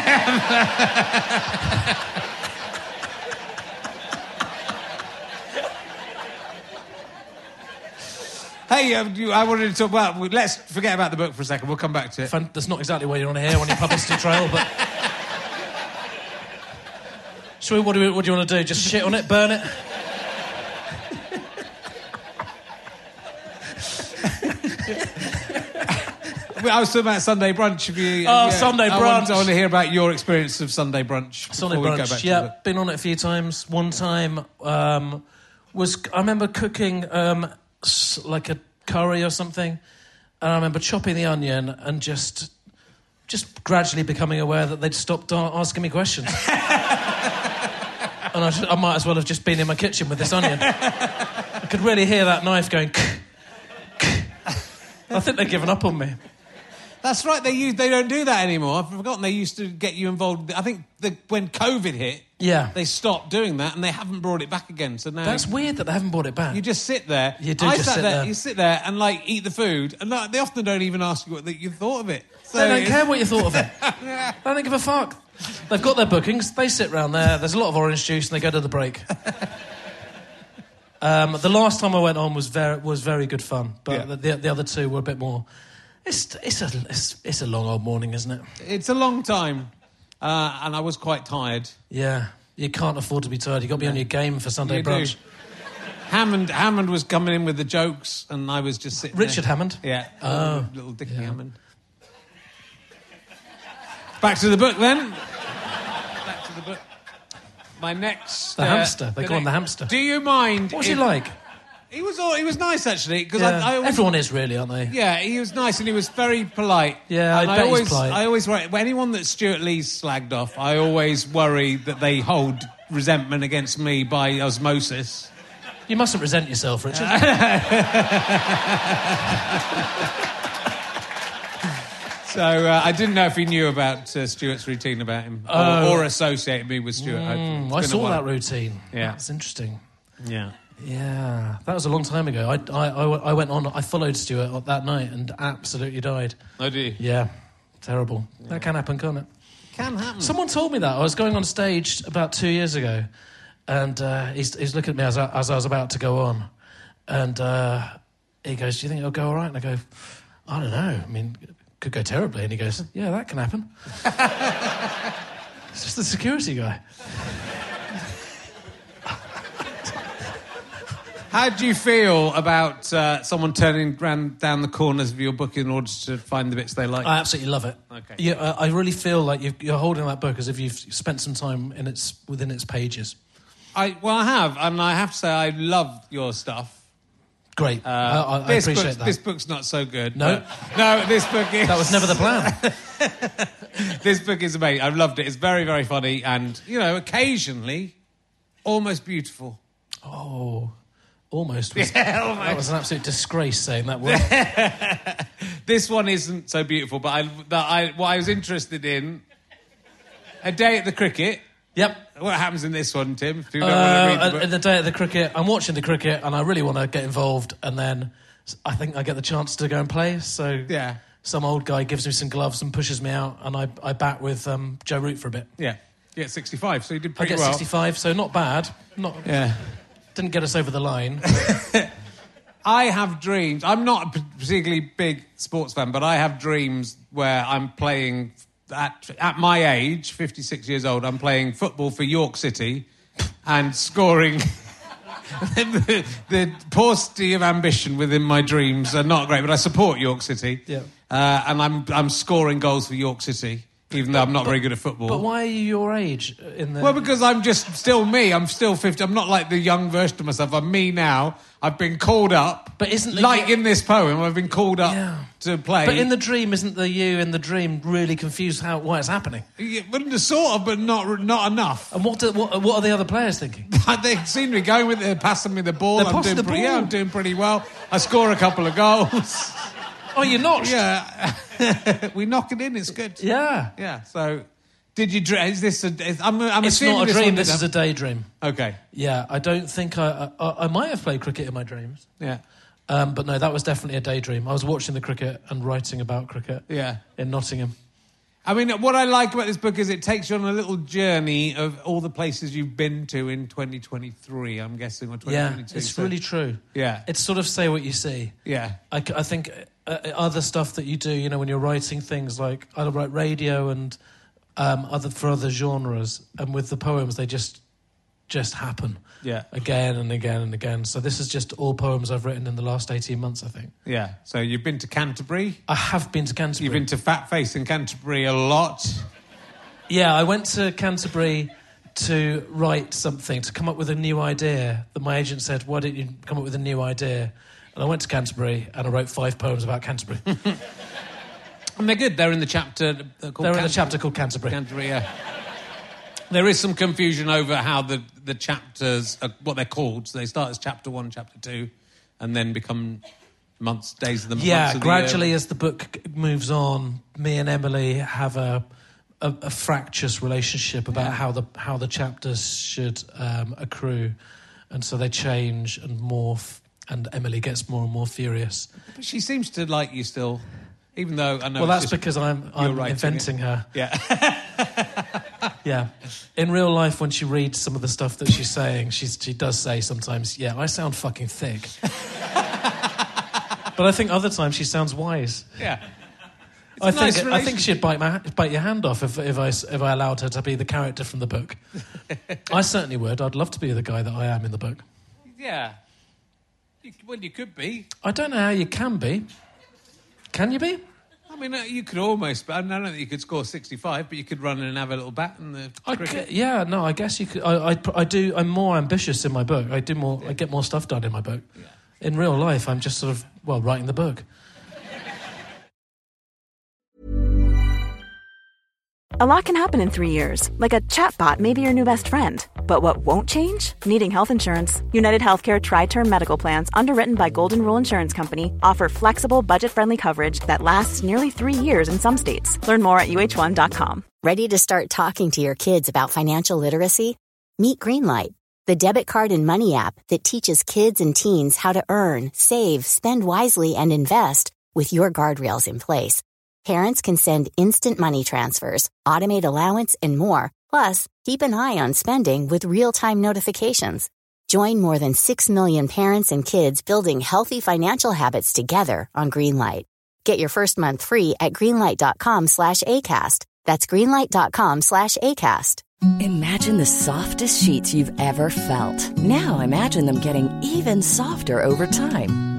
Speaker 1: Hey, um, you, I wanted to talk about. well, Let's forget about the book for a second. We'll come back to it.
Speaker 3: Fan- That's not exactly what you want to hear on your publicity trail, but. So what do, we, what do you want to do? Just shit on it, burn it?
Speaker 1: Well, I was talking about Sunday brunch. If you,
Speaker 3: Oh, Sunday
Speaker 1: I want,
Speaker 3: brunch.
Speaker 1: I want to hear about your experience of Sunday brunch.
Speaker 3: Sunday
Speaker 1: before We go back
Speaker 3: brunch.
Speaker 1: to
Speaker 3: Yeah,
Speaker 1: the-
Speaker 3: been on it a few times. One time um, was I remember cooking um, s- like a curry or something, and I remember chopping the onion and just just gradually becoming aware that they'd stopped a- asking me questions. [laughs] and I, should- I might as well have just been in my kitchen with this onion. I could really hear that knife going. I think they've given up on me.
Speaker 1: That's right. They use, they don't do that anymore. I've forgotten they used to get you involved. I think the, when COVID hit,
Speaker 3: Yeah.
Speaker 1: they stopped doing that and they haven't brought it back again. So now
Speaker 3: That's weird that they haven't brought it back.
Speaker 1: you just sit there.
Speaker 3: You do
Speaker 1: I
Speaker 3: just
Speaker 1: sat
Speaker 3: sit
Speaker 1: there,
Speaker 3: there.
Speaker 1: You sit there and like eat the food, and like, they often don't even ask you what you thought of it. So
Speaker 3: They don't
Speaker 1: it's-
Speaker 3: care what you thought of it.
Speaker 1: [laughs]
Speaker 3: they don't give a fuck. They've got their bookings. They sit round there. There's a lot of orange juice, and they go to
Speaker 1: [laughs]
Speaker 3: the break. Um, the last time I went on was very was very good fun, but
Speaker 1: Yeah.
Speaker 3: the, the other two were a bit more. It's it's a it's, it's a long old morning, isn't it?
Speaker 1: It's a long time, uh, and I was quite tired.
Speaker 3: Yeah, you can't afford to be tired. You have got to be on your game for Sunday
Speaker 1: You do.
Speaker 3: brunch.
Speaker 1: Hammond Hammond was coming in with the jokes, and I was just sitting.
Speaker 3: Richard
Speaker 1: there.
Speaker 3: Hammond?
Speaker 1: Yeah.
Speaker 3: Oh,
Speaker 1: little Dickie Hammond. Back to the book then. Back to the book. My next. uh,
Speaker 3: The hamster. They
Speaker 1: the
Speaker 3: call him
Speaker 1: next-
Speaker 3: the hamster.
Speaker 1: Do you mind?
Speaker 3: What was he
Speaker 1: if-
Speaker 3: like?
Speaker 1: He was all, he was nice actually because
Speaker 3: Yeah.
Speaker 1: I, I always
Speaker 3: Everyone is really, aren't they?
Speaker 1: yeah, he was nice and he was very polite.
Speaker 3: Yeah, I
Speaker 1: and
Speaker 3: bet he's
Speaker 1: always,
Speaker 3: polite.
Speaker 1: I always worry. when Anyone that Stuart Lee slagged off, I always worry that they hold resentment against me by osmosis.
Speaker 3: You mustn't resent yourself, Richard.
Speaker 1: So uh, I didn't know if he knew about uh, Stuart's routine about him or, or associated me with Stuart. hopefully. It's
Speaker 3: Oh. Mm, I
Speaker 1: been a
Speaker 3: saw
Speaker 1: while.
Speaker 3: that routine.
Speaker 1: Yeah.
Speaker 3: that's interesting.
Speaker 1: Yeah.
Speaker 3: Yeah, that was a long time ago. I, I, I, I went on, I followed Stuart that night and absolutely died.
Speaker 1: Oh, do you?
Speaker 3: Yeah, terrible. That can happen, can't it?
Speaker 1: Can happen.
Speaker 3: Someone told me that. I was going on stage about two years ago and uh, he's, he's looking at me as I, as I was about to go on. And uh, he goes, Do you think it'll go all right? And I go, I don't know. I mean, it could go terribly. And he goes, Yeah, that can happen. [laughs] it's just the security guy.
Speaker 1: How do you feel about uh, someone turning round down the corners of your book in order to find the bits they like?
Speaker 3: I absolutely love it.
Speaker 1: Okay.
Speaker 3: Yeah, I, I really feel like you've, you're holding that book as if you've spent some time in its within its pages.
Speaker 1: I well, I have, and I have to say, I love your stuff.
Speaker 3: Great. I, I, I
Speaker 1: Uh, this
Speaker 3: appreciate
Speaker 1: book's-
Speaker 3: that.
Speaker 1: This book's not so good.
Speaker 3: No?
Speaker 1: but- no, this book is.
Speaker 3: that was never the plan.
Speaker 1: [laughs] This book is amazing. I've loved it. It's very, very funny, and you know, occasionally, almost
Speaker 3: [laughs]
Speaker 1: beautiful.
Speaker 3: oh, almost. Was,
Speaker 1: almost.
Speaker 3: That was an absolute disgrace saying
Speaker 1: [laughs]
Speaker 3: that word.
Speaker 1: This one isn't so beautiful, but I, that I, what I was interested in, a day at the cricket.
Speaker 3: yep.
Speaker 1: What happens in this one, Tim? If you don't want to read
Speaker 3: Uh,
Speaker 1: the book.
Speaker 3: at the day of the cricket, I'm watching the cricket and I really want to get involved. And then s- I think I get the chance to go and play. So
Speaker 1: Yeah.
Speaker 3: some old guy gives me some gloves and pushes me out, and I, I bat with um, Joe Root for a bit.
Speaker 1: yeah, Yeah, 65. So you did
Speaker 3: I
Speaker 1: pretty
Speaker 3: get
Speaker 1: well.
Speaker 3: 65, so not bad. Not
Speaker 1: Yeah.
Speaker 3: didn't get us over the line.
Speaker 1: [laughs] I have dreams. I'm not a particularly big sports fan, but I have dreams where I'm playing at at my age, 56 years old. I'm playing football for York City and scoring. [laughs] the, the paucity of ambition within my dreams are not great, but I support York City.
Speaker 3: Yeah.
Speaker 1: Uh, and I'm I'm scoring goals for York City, even though I'm not very good at football.
Speaker 3: But [laughs] why are you your age in the?
Speaker 1: Well, because I'm just still me. I'm still 50. I'm not like the young version of myself. I'm me now. I've been called up.
Speaker 3: But isn't the-
Speaker 1: like in this poem, I've been called up
Speaker 3: Yeah.
Speaker 1: to play.
Speaker 3: but in the dream, isn't the you in the dream really confused how why it's happening?
Speaker 1: Yeah, but sort of, but not not enough. [laughs]
Speaker 3: And what do, what, what are the other players thinking?
Speaker 1: they seem to be going with it, passing me the ball.
Speaker 3: They're
Speaker 1: I'm
Speaker 3: passing
Speaker 1: doing
Speaker 3: the
Speaker 1: pretty,
Speaker 3: ball.
Speaker 1: Yeah, I'm doing pretty well. I score a couple of goals.
Speaker 3: [laughs]
Speaker 1: [laughs]
Speaker 3: Oh, you're not.
Speaker 1: yeah, [laughs] we knock it in. It's good.
Speaker 3: Yeah.
Speaker 1: Yeah. So, did you? dr- Is this? A, is, I'm, I'm
Speaker 3: It's
Speaker 1: assuming
Speaker 3: not a
Speaker 1: this
Speaker 3: dream.
Speaker 1: one
Speaker 3: This
Speaker 1: did
Speaker 3: is a daydream.
Speaker 1: have- okay.
Speaker 3: Yeah, I don't think I I, I- I might have played cricket in my dreams,
Speaker 1: Yeah.
Speaker 3: um, but no, that was definitely a daydream. I was watching the cricket and writing about cricket.
Speaker 1: Yeah.
Speaker 3: in Nottingham.
Speaker 1: I mean, what I like about this book is it takes you on a little journey of all the places you've been to in 2023, I'm guessing, or
Speaker 3: Yeah,
Speaker 1: 2022.
Speaker 3: it's
Speaker 1: so-
Speaker 3: really true.
Speaker 1: Yeah.
Speaker 3: it's sort of say what you see.
Speaker 1: Yeah.
Speaker 3: I, c- I think uh, uh, other stuff that you do, you know, when you're writing things like I write radio and um, other for other genres, and with the poems they just just happen.
Speaker 1: Yeah.
Speaker 3: again and again and again. So this is just all poems I've written in the last eighteen months. I think
Speaker 1: Yeah. So you've been to Canterbury.
Speaker 3: I have been to Canterbury.
Speaker 1: You've been to Fat Face in Canterbury a lot.
Speaker 3: Yeah, I went to Canterbury to write something, to come up with a new idea. That my agent said, "Why didn't you come up with a new idea?" And I went to Canterbury and I wrote five poems about
Speaker 1: [laughs]
Speaker 3: Canterbury. They're
Speaker 1: And they're good. They're in the chapter uh, called
Speaker 3: in a
Speaker 1: Canterbury.
Speaker 3: chapter called Canterbury.
Speaker 1: Canterbury, yeah. There is some confusion over how the, the chapters, are, what they're called. So they start as chapter one, chapter two, and then become months, days of the months
Speaker 3: yeah,
Speaker 1: of the year.
Speaker 3: gradually as the uh, book g- moves on, me and Emily have a a, a fractious relationship about how the how the chapters should um, accrue, and so they change and morph. And Emily gets more and more furious.
Speaker 1: But she seems to like you still, even though I know.
Speaker 3: Well,
Speaker 1: it's
Speaker 3: that's
Speaker 1: just-
Speaker 3: because I'm,
Speaker 1: you're
Speaker 3: I'm
Speaker 1: writing it.
Speaker 3: inventing her.
Speaker 1: Yeah.
Speaker 3: Yeah. In real life, when she reads some of the stuff that she's saying, she's, she does say sometimes, yeah, I sound fucking [laughs] thick. but I think other times she sounds wise.
Speaker 1: [laughs] Yeah. It's
Speaker 3: I
Speaker 1: a nice
Speaker 3: think, I think
Speaker 1: relationship.
Speaker 3: she'd bite, my, bite your hand off if, if, I, s- if I allowed her to be the character from the
Speaker 1: [laughs]
Speaker 3: book. I certainly would. I'd love to be the guy that I am in the book.
Speaker 1: Yeah. You- Well, you could be.
Speaker 3: I don't know how you can be. Can you be?
Speaker 1: I mean, uh, you could almost. But I don't think you could score sixty-five, but you could run and have a little bat in the
Speaker 3: I
Speaker 1: cricket.
Speaker 3: gu- yeah, no, I guess you could. I, I, pr- I do. I'm more ambitious in my book. I do more. I get more stuff done in my book. In real life, I'm just sort of well writing the book.
Speaker 4: A lot can happen in three years, like a chatbot may be your new best friend. But what won't change? Needing health insurance. United Healthcare Tri Term Medical Plans, underwritten by Golden Rule Insurance Company, offer flexible, budget friendly coverage that lasts nearly three years in some states. Learn more at uh1.com.
Speaker 2: Ready to start talking to your kids about financial literacy? Meet Greenlight, the debit card and money app that teaches kids and teens how to earn, save, spend wisely, and invest with your guardrails in place. Parents can send instant money transfers, automate allowance, and more. Plus, keep an eye on spending with real time notifications. Join more than 6 million parents and kids building healthy financial habits together on Greenlight. Get your first month free at greenlight.com slash ACAST. That's greenlight.com slash ACAST.
Speaker 5: Imagine the softest sheets you've ever felt. Now imagine them getting even softer over time.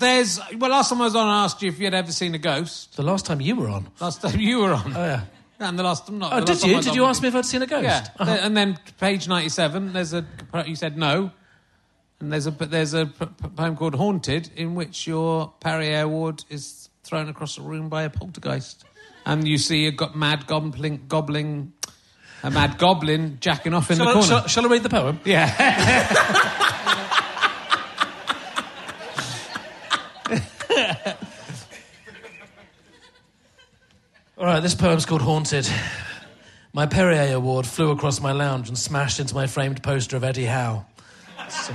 Speaker 1: There's. Well, last time I was on, I asked you if you'd ever seen a ghost.
Speaker 3: The last time you were on.
Speaker 1: Last time [laughs] you were on.
Speaker 3: Oh yeah.
Speaker 1: and the last. Not,
Speaker 3: Oh,
Speaker 1: the last
Speaker 3: did
Speaker 1: time I
Speaker 3: you?
Speaker 1: was
Speaker 3: Did
Speaker 1: on
Speaker 3: you
Speaker 1: with
Speaker 3: ask me if I'd seen a ghost?
Speaker 1: Yeah.
Speaker 3: Uh-huh.
Speaker 1: There- and then page ninety-seven. There's a. You said no. And there's a but there's a p- p- poem called Haunted in which your Perrier award is thrown across a room by a poltergeist, and you see a go- mad goblin goblin a mad goblin jacking off in
Speaker 3: Shall
Speaker 1: the
Speaker 3: I,
Speaker 1: corner.
Speaker 3: shall, shall I read the poem?
Speaker 1: Yeah.
Speaker 3: All right, this poem's called Haunted. My Perrier Award flew across my lounge and smashed into my framed poster of Eddie Howe. So-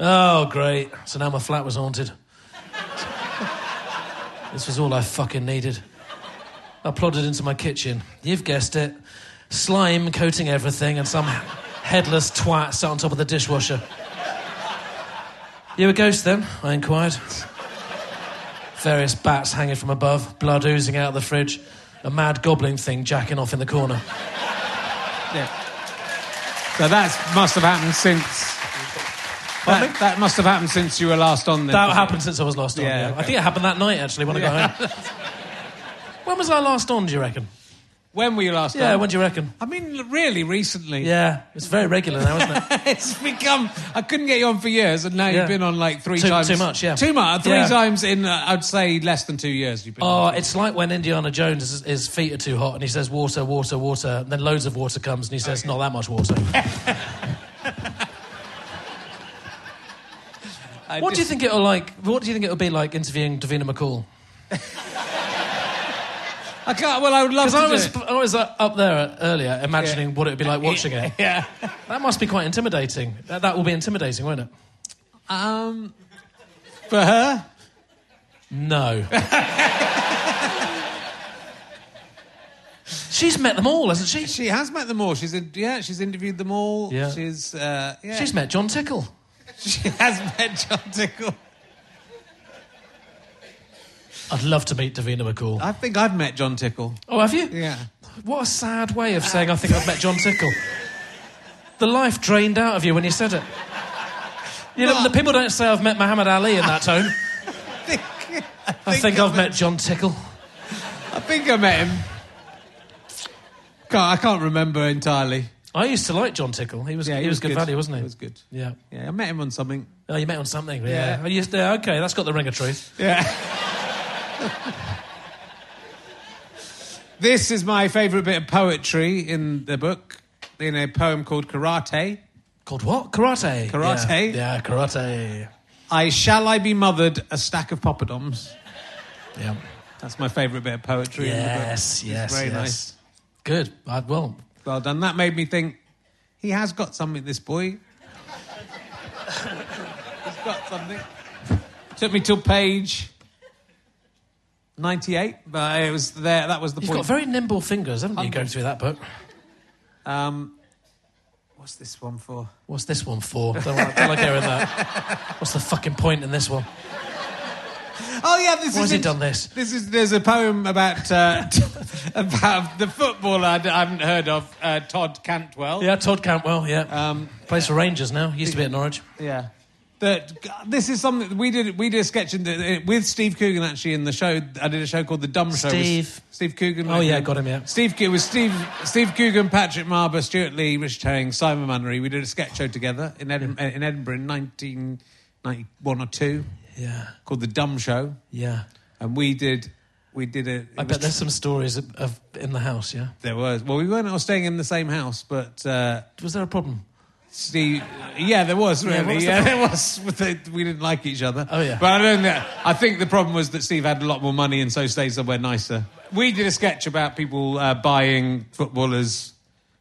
Speaker 3: oh, great. So now my flat was haunted. This was all I fucking needed. I plodded into my kitchen. You've guessed it. Slime coating everything, and some headless twat sat on top of the dishwasher. You a ghost then? I inquired. Various bats hanging from above, blood oozing out of the fridge, a mad goblin thing jacking off in the corner.
Speaker 1: So that must have happened since. That, that must have happened since you were last on this.
Speaker 3: That happened since I was last on.
Speaker 1: Yeah,
Speaker 3: Yeah, I
Speaker 1: okay.
Speaker 3: think it happened that night actually when I got home. when was I last on? Do you reckon?
Speaker 1: When were you last
Speaker 3: Yeah,
Speaker 1: on?
Speaker 3: when do you reckon?
Speaker 1: I mean, really recently.
Speaker 3: Yeah, it's very regular now, isn't it?
Speaker 1: [laughs]
Speaker 3: [laughs]
Speaker 1: it's become. I couldn't get you on for years, and now
Speaker 3: Yeah.
Speaker 1: you've been on like three
Speaker 3: Too-
Speaker 1: times.
Speaker 3: too much, yeah.
Speaker 1: Too much. Three
Speaker 3: Yeah.
Speaker 1: times in, uh, I'd say, less than two years. You've been.
Speaker 3: Oh,
Speaker 1: on.
Speaker 3: it's like when Indiana Jones his, his feet are too hot and he says water, water, water, and then loads of water comes and he says not that
Speaker 1: [laughs]
Speaker 3: much water.
Speaker 1: I
Speaker 3: what do you
Speaker 1: just-
Speaker 3: think it'll like? What do you think it'll be like interviewing Davina McCall?
Speaker 1: I can't. Well, I would love
Speaker 3: Because
Speaker 1: to.
Speaker 3: I
Speaker 1: do
Speaker 3: [laughs] was
Speaker 1: it.
Speaker 3: I was uh, up there earlier imagining
Speaker 1: Yeah.
Speaker 3: what it'd be like watching it.
Speaker 1: Yeah.
Speaker 3: That must be quite intimidating. That, that will be intimidating, won't it?
Speaker 1: Um, for her,
Speaker 3: [laughs] No. She's met them all, hasn't she?
Speaker 1: she has met them all. She's in, yeah. She's interviewed them all.
Speaker 3: Yeah.
Speaker 1: She's uh, yeah.
Speaker 3: She's met John Tickle.
Speaker 1: [laughs] she has met John Tickle.
Speaker 3: I'd love to meet Davina McCall.
Speaker 1: I think I've met John Tickle.
Speaker 3: Oh, have you?
Speaker 1: Yeah.
Speaker 3: What a sad way of saying I think I've met John Tickle. the life drained out of you when you said it. You know,
Speaker 1: Well-
Speaker 3: the people don't say I've met Muhammad Ali in that [laughs] tone.
Speaker 1: I think, [laughs] I
Speaker 3: I think I've met John Tickle.
Speaker 1: I think I met him. Can't, I can't remember entirely.
Speaker 3: I used to like John Tickle. He was he, was, good, value, wasn't he?
Speaker 1: He was good.
Speaker 3: Yeah.
Speaker 1: Yeah, I met him on something.
Speaker 3: Oh, you met on something.
Speaker 1: Yeah.
Speaker 3: Yeah. I used to, okay, that's got the ring of truth.
Speaker 1: Yeah. this is my favourite bit of poetry in the book, in a poem called Karate.
Speaker 3: Called what? Karate.
Speaker 1: Karate?
Speaker 3: Yeah, yeah karate.
Speaker 1: I shall I be mothered a stack of poppadoms.
Speaker 3: Yeah.
Speaker 1: That's my favourite bit of poetry in the book.
Speaker 3: Yes,
Speaker 1: It's
Speaker 3: yes,
Speaker 1: very
Speaker 3: yes.
Speaker 1: nice.
Speaker 3: Good. I, well,
Speaker 1: Well done. That made me think he has got something, this boy. He's got something. Took me till page 98, but it was there. That was the
Speaker 3: you've
Speaker 1: point.
Speaker 3: got very nimble fingers, haven't you,
Speaker 1: Humble.
Speaker 3: going through that book?
Speaker 1: um, what's this one for?
Speaker 3: What's this one for? Don't like, don't like hearing that.
Speaker 1: [laughs]
Speaker 3: What's the fucking point in this one?
Speaker 1: Oh, yeah, this
Speaker 3: Why
Speaker 1: is.
Speaker 3: has he
Speaker 1: int-
Speaker 3: done this?
Speaker 1: This is there's a poem about uh, [laughs] about the footballer I haven't heard of, uh, Todd Cantwell.
Speaker 3: Yeah, Todd Cantwell, yeah.
Speaker 1: Um,
Speaker 3: Plays for Rangers now. Used to be at Norwich.
Speaker 1: Yeah. That this is something we did. We did a sketch in the, uh, with Steve Coogan actually in the show. I did a show called The Dumb Show. with
Speaker 3: Steve.
Speaker 1: Steve Coogan.
Speaker 3: Oh, yeah, got him, yeah.
Speaker 1: Steve. It was Steve. Steve Coogan, Patrick Marber, Stuart Lee, Richard Herring, Simon Munnery. We did a sketch show together in, Edin- in Edinburgh in 1991 or two
Speaker 3: Yeah,
Speaker 1: called The Dumb Show,
Speaker 3: yeah.
Speaker 1: and we did. We did a. it
Speaker 3: I
Speaker 1: was-
Speaker 3: bet there's some stories of, of in the house, yeah?
Speaker 1: there was. Well, we weren't all staying in the same house, but. Uh,
Speaker 3: Was there a problem?
Speaker 1: Steve, yeah, there was
Speaker 3: Yeah, what
Speaker 1: really,
Speaker 3: was the
Speaker 1: yeah, [laughs] there was. With the- We didn't like each other.
Speaker 3: Oh, yeah.
Speaker 1: but I don't. know. I think the problem was that Steve had a lot more money and so stayed somewhere nicer. We did a sketch about people uh, buying footballers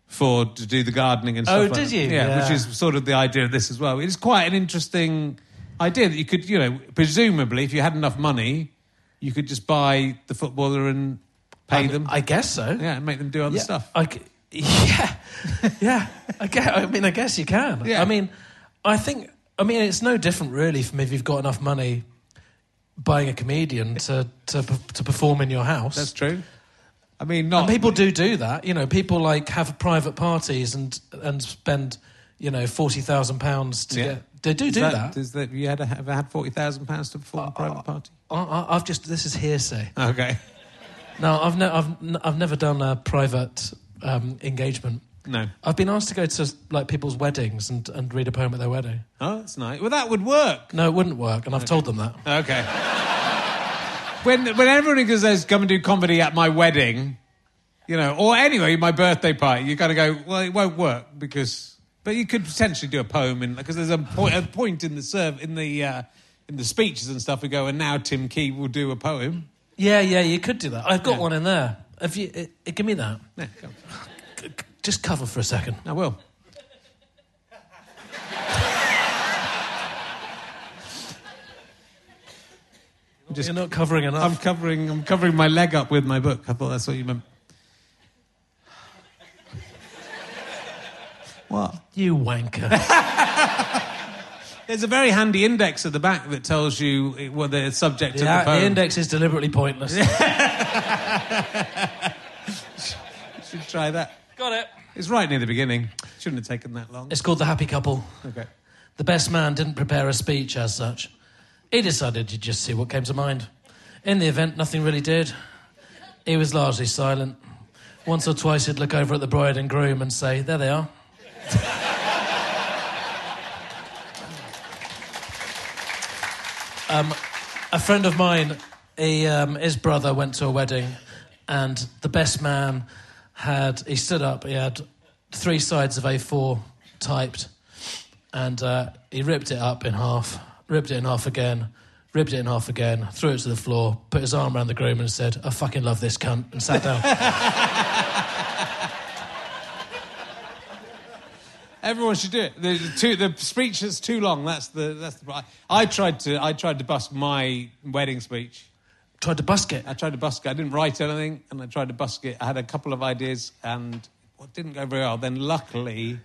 Speaker 1: for to do the gardening and stuff.
Speaker 3: Oh,
Speaker 1: like
Speaker 3: did
Speaker 1: that.
Speaker 3: you?
Speaker 1: Yeah,
Speaker 3: Yeah.
Speaker 1: which is sort of the idea of this as well. It's quite an interesting idea that you could, you know, presumably if you had enough money, you could just buy the footballer and pay
Speaker 3: I-
Speaker 1: them,
Speaker 3: I guess so.
Speaker 1: yeah, and make them do other stuff.
Speaker 3: I c yeah, yeah. I, guess, I mean, I guess you can.
Speaker 1: Yeah.
Speaker 3: I mean, I think. I mean, it's no different really from if you've got enough money buying a comedian to to, p- to perform in your house.
Speaker 1: That's true. I mean, not
Speaker 3: And people do do that. You know, people like have private parties and and spend you know forty thousand pounds to
Speaker 1: Yeah.
Speaker 3: get. They do do that.
Speaker 1: Is that you had ever had forty thousand pounds to perform a private party?
Speaker 3: I, I, I've just this is hearsay.
Speaker 1: Okay.
Speaker 3: No, I've no, I've n- I've never done a private um, engagement.
Speaker 1: No.
Speaker 3: I've been asked to go to like people's weddings and, and read a poem at their wedding.
Speaker 1: Oh, that's nice. Well, that would work.
Speaker 3: No, it wouldn't work, and I've told them that.
Speaker 1: Okay. when when everyone goes says come and do comedy at my wedding, you know, or anyway, my birthday party. You got to go. Well, it won't work because, but you could potentially do a poem in because there's a point, a point in the serve in the uh, in the speeches and stuff. We go and now Tim Key will do a poem.
Speaker 3: Yeah, yeah, you could do that. I've got
Speaker 1: Yeah.
Speaker 3: one in there. If you uh, uh, give me that,
Speaker 1: Yeah, go on.
Speaker 3: C- c- just cover for a second.
Speaker 1: I will.
Speaker 3: You're not covering
Speaker 1: I'm
Speaker 3: enough.
Speaker 1: covering. I'm covering my leg up with my book. I thought that's what you meant. What? [laughs]
Speaker 3: you wanker.
Speaker 1: There's a very handy index at the back that tells you eh, what the subject
Speaker 3: the,
Speaker 1: of the
Speaker 3: a-
Speaker 1: poem.
Speaker 3: the index is
Speaker 1: [laughs]
Speaker 3: deliberately pointless.
Speaker 1: Should try that.
Speaker 3: got it.
Speaker 1: It's right near the beginning. Shouldn't have taken that long.
Speaker 3: It's called the Happy Couple.
Speaker 1: Okay.
Speaker 3: The best man didn't prepare a speech as such. He decided to just see what came to mind. In the event, nothing really did. He was largely silent. Once or twice, he'd look over at the bride and groom and say, There they are. [laughs] um, a friend of mine, he, um, his brother went to a wedding, and the best man had, he stood up, he had three sides of A4 typed and uh, he ripped it up in half, ripped it in half again, ripped it in half again, threw it to the floor, put his arm around the groom and said, I fucking love this cunt, and sat [laughs] down.
Speaker 1: Everyone should do it. The, the, too, the speech is too long. That's the that's the. I, I tried to I tried to bust my wedding speech.
Speaker 3: Tried to busk it.
Speaker 1: I tried to busk it. I didn't write anything, and I tried to busk it. I had a couple of ideas, and what didn't go very well. Then, luckily,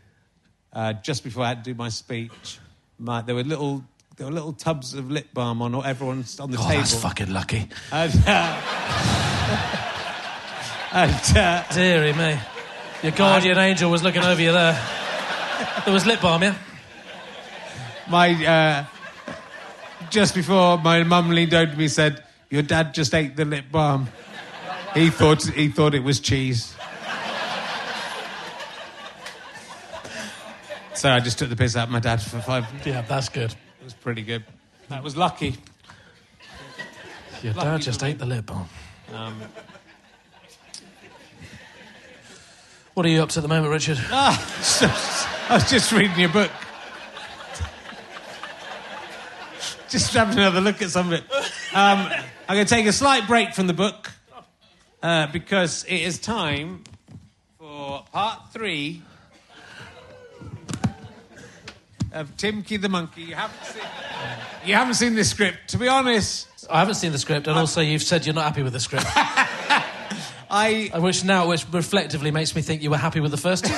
Speaker 1: uh, just before I had to do my speech, my, there were little there were little tubs of lip balm on all- everyone's on the
Speaker 3: Oh,
Speaker 1: table.
Speaker 3: that's fucking lucky.
Speaker 1: And, uh, [laughs] and uh,
Speaker 3: Deary me. Your guardian angel was looking over you there. There was lip balm, yeah?
Speaker 1: my uh, just before my mum leaned over to me and said, "Your dad just ate the lip balm. He thought he thought it was cheese." So I just took the piss out of my dad for five.
Speaker 3: Yeah, that's good.
Speaker 1: It was pretty good. That was lucky.
Speaker 3: Your dad
Speaker 1: Lucky
Speaker 3: just
Speaker 1: for me.
Speaker 3: ate the lip balm. What are you up to at the moment, Richard?
Speaker 1: Ah, so- I was just reading your book. Just having another look at some of it. Um, I'm going to take a slight break from the book uh, because it is time for part three of Timky the Monkey. You haven't seen, you haven't seen this script. To be honest,
Speaker 3: I haven't seen the script, and also you've said you're not happy with the [laughs] script.
Speaker 1: I
Speaker 3: Which now, which reflectively makes me think you were happy with the first two.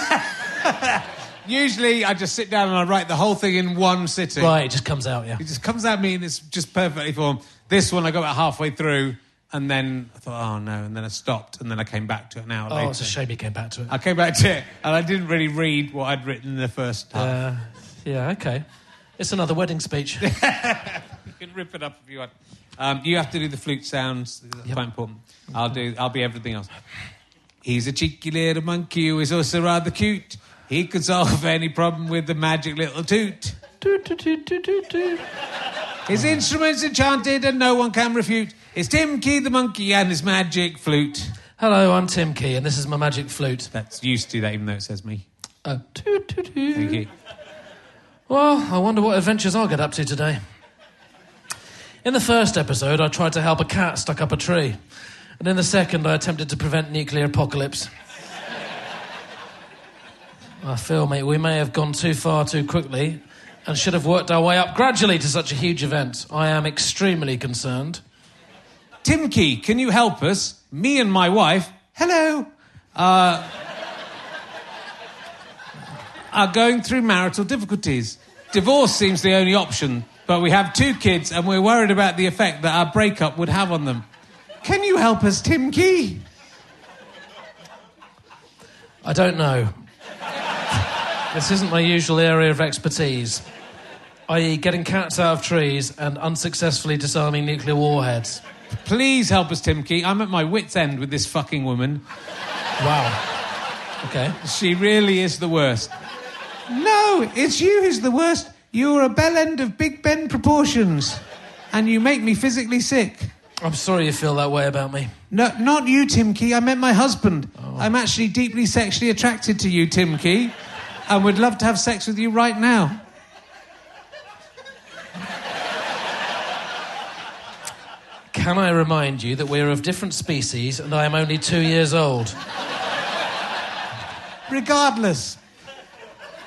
Speaker 1: usually I just sit down and I write the whole thing in one sitting.
Speaker 3: right, it just comes out, yeah.
Speaker 1: It just comes at me and it's just perfectly formed. This one I got about halfway through and then I thought, oh no, and then I stopped and then I came back to it an hour
Speaker 3: Oh,
Speaker 1: later.
Speaker 3: it's a shame you came back to it.
Speaker 1: I came back to it and I didn't really read what I'd written the first time.
Speaker 3: Uh, yeah, okay. It's another
Speaker 1: [laughs]
Speaker 3: wedding speech.
Speaker 1: you can rip it up if you want. Um, you have to do the flute sounds. That's quite important. I'll do. I'll be everything else. He's a cheeky little monkey who is also rather cute. He could solve any problem with the magic little toot.
Speaker 3: Do, do, do, do, do, do.
Speaker 1: His instrument's enchanted and no one can refute. It's Tim Key the monkey and his magic flute.
Speaker 3: Hello, I'm Tim Key, and this is my magic flute.
Speaker 1: That's used to that, even though it says me.
Speaker 3: Uh, do, do, do.
Speaker 1: Thank you.
Speaker 3: Well, I wonder what adventures I'll get up to today. In the first episode, I tried to help a cat stuck up a tree. And in the second, I attempted to prevent nuclear apocalypse. I feel, mate, we may have gone too far too quickly and should have worked our way up gradually to such a huge event. I am extremely concerned.
Speaker 1: Tim Key, can you help us? Me and my wife, hello, uh, are going through marital difficulties. Divorce seems the only option, but we have two kids and we're worried about the effect that our breakup would have on them. Can you help us, Tim Key?
Speaker 3: I don't know. [laughs] this isn't my usual area of expertise, i.e., getting cats out of trees and unsuccessfully disarming nuclear warheads.
Speaker 1: Please help us, Tim Key. I'm at my wit's end with this fucking woman.
Speaker 3: Wow. Okay.
Speaker 1: She really is the worst. No, it's you who's the worst. You're a bell end of Big Ben proportions, and you make me physically sick.
Speaker 3: I'm sorry you feel that way about me.
Speaker 1: No, not you, Tim Key. I meant my husband. I'm actually deeply sexually attracted to you, Tim Key, and would love to have sex with you right now.
Speaker 3: Can I remind you that we're of different species and I am only two years old?
Speaker 1: Regardless.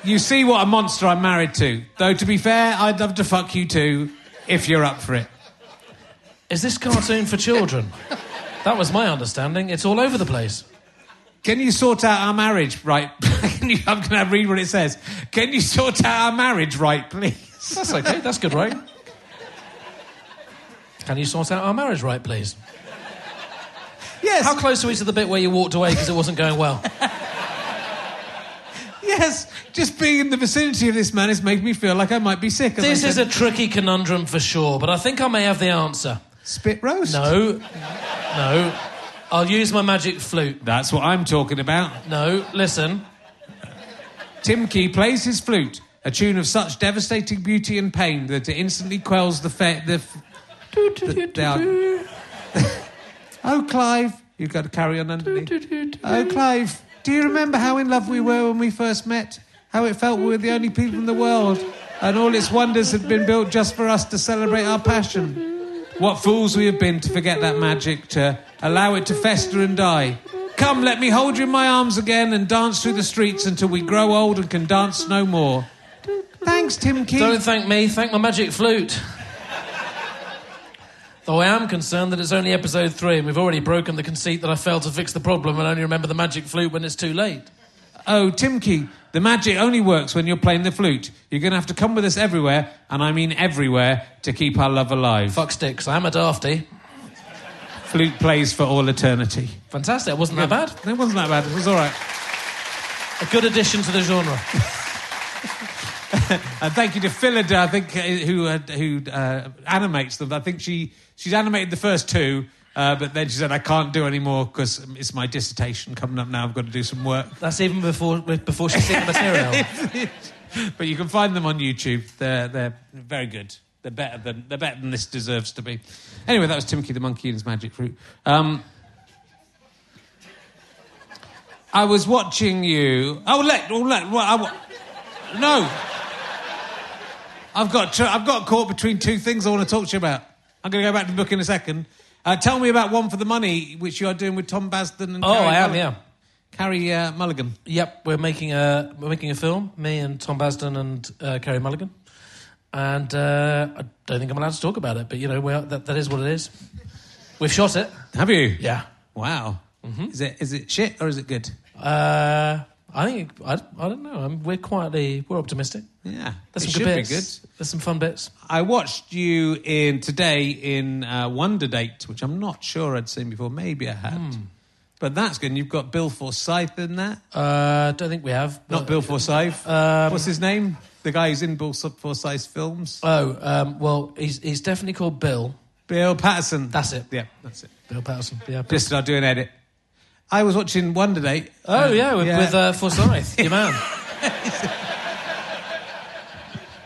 Speaker 1: You see what a monster I'm married to. Though, to be fair, I'd love to fuck you too if you're up for it.
Speaker 3: Is this cartoon for children? That was my understanding. It's all over the place.
Speaker 1: Can you sort out our marriage right? [laughs] Can you- I'm going to read what it says. Can you sort out our marriage right, please?
Speaker 3: That's okay. That's good, right? Can you sort out our marriage right, please?
Speaker 1: [laughs] Yes.
Speaker 3: How close are we to the bit where you walked away because it wasn't going well?
Speaker 1: Yes. Just being in the vicinity of this man has made me feel like I might be sick. as I
Speaker 3: This is
Speaker 1: said.
Speaker 3: a tricky conundrum for sure, but I think I may have the answer.
Speaker 1: spit roast.
Speaker 3: No. No. I'll use my magic flute.
Speaker 1: That's what I'm talking about.
Speaker 3: No, listen.
Speaker 1: Tim Key plays his flute, a tune of such devastating beauty and pain that it instantly quells the fe- the. F- the- the- [laughs] oh, Clive, you've got to carry on underneath. oh, Clive, do you remember how in love we were when we first met? How it felt we were the only people in the world, and all its wonders had been built just for us to celebrate our passion. What fools we have been to forget that magic, to allow it to fester and die. Come, let me hold you in my arms again and dance through the streets until we grow old and can dance no more. Thanks, Tim Key.
Speaker 3: Don't thank me, thank my magic flute. Though I am concerned that it's only episode three and we've already broken the conceit that I failed to fix the problem and only remember the magic flute when it's too late.
Speaker 1: Oh, Timkey, the magic only works when you're playing the flute. You're going to have to come with us everywhere, and I mean everywhere, to keep our love alive.
Speaker 3: Fuck sticks, I am a dafty.
Speaker 1: Flute plays for all eternity.
Speaker 3: Fantastic, it wasn't that bad.
Speaker 1: It wasn't that bad. It was all right.
Speaker 3: A good addition to the genre.
Speaker 1: And Uh, thank you to Phillida, I think, uh, who uh, who uh, animates them. I think she she's animated the first two, uh, but then she said, "I can't do any more because it's my dissertation coming up now. I've got to do some work."
Speaker 3: That's even before, before she's seen the material.
Speaker 1: [laughs] but you can find them on YouTube. They're they're very good. They're better than they're better than this deserves to be. Anyway, that was Timothy the monkey and his magic fruit. Um, I was watching you. Oh, let, oh, let, well, I, wa- no. I've got tr- I've got caught between two things I want to talk to you about. I'm going to go back to the book in a second. Uh, tell me about one for the money, which you are doing with Tom Basden and
Speaker 3: Oh,
Speaker 1: Carrie
Speaker 3: I am,
Speaker 1: Mulli-
Speaker 3: yeah.
Speaker 1: Carrie uh, Mulligan.
Speaker 3: [laughs] Yep, we're making a we're making a film. Me and Tom Basden and uh, Kerry Mulligan, and uh, I don't think I'm allowed to talk about it. But you know, well, that that is what it is. We've shot it.
Speaker 1: Have you?
Speaker 3: Yeah.
Speaker 1: Wow.
Speaker 3: Mm-hmm.
Speaker 1: Is it is it shit or is it good?
Speaker 3: Uh, I think I, I don't know. I'm, we're quietly we're optimistic.
Speaker 1: Yeah,
Speaker 3: There's
Speaker 1: it
Speaker 3: some
Speaker 1: should
Speaker 3: good
Speaker 1: be
Speaker 3: bits.
Speaker 1: good.
Speaker 3: There's some fun bits.
Speaker 1: I watched you in today in uh, Wonder Date, which I'm not sure I'd seen before. Maybe I had,
Speaker 3: Hmm.
Speaker 1: but that's good. And you've got Bill Forsyth in that.
Speaker 3: Uh, um, don't think we have.
Speaker 1: Not Bill Forsyth. What's his name? The guy who's in Bill Forsyth's films.
Speaker 3: Oh, um, well, he's he's definitely called Bill.
Speaker 1: Bill Patterson.
Speaker 3: That's it.
Speaker 1: Yeah, that's it.
Speaker 3: Bill Patterson. Yeah. Bill.
Speaker 1: Just I'll do an edit. I was watching Wonder Date.
Speaker 3: Oh yeah, with,
Speaker 1: yeah.
Speaker 3: with uh, Forsyth,
Speaker 1: [laughs]
Speaker 3: your man.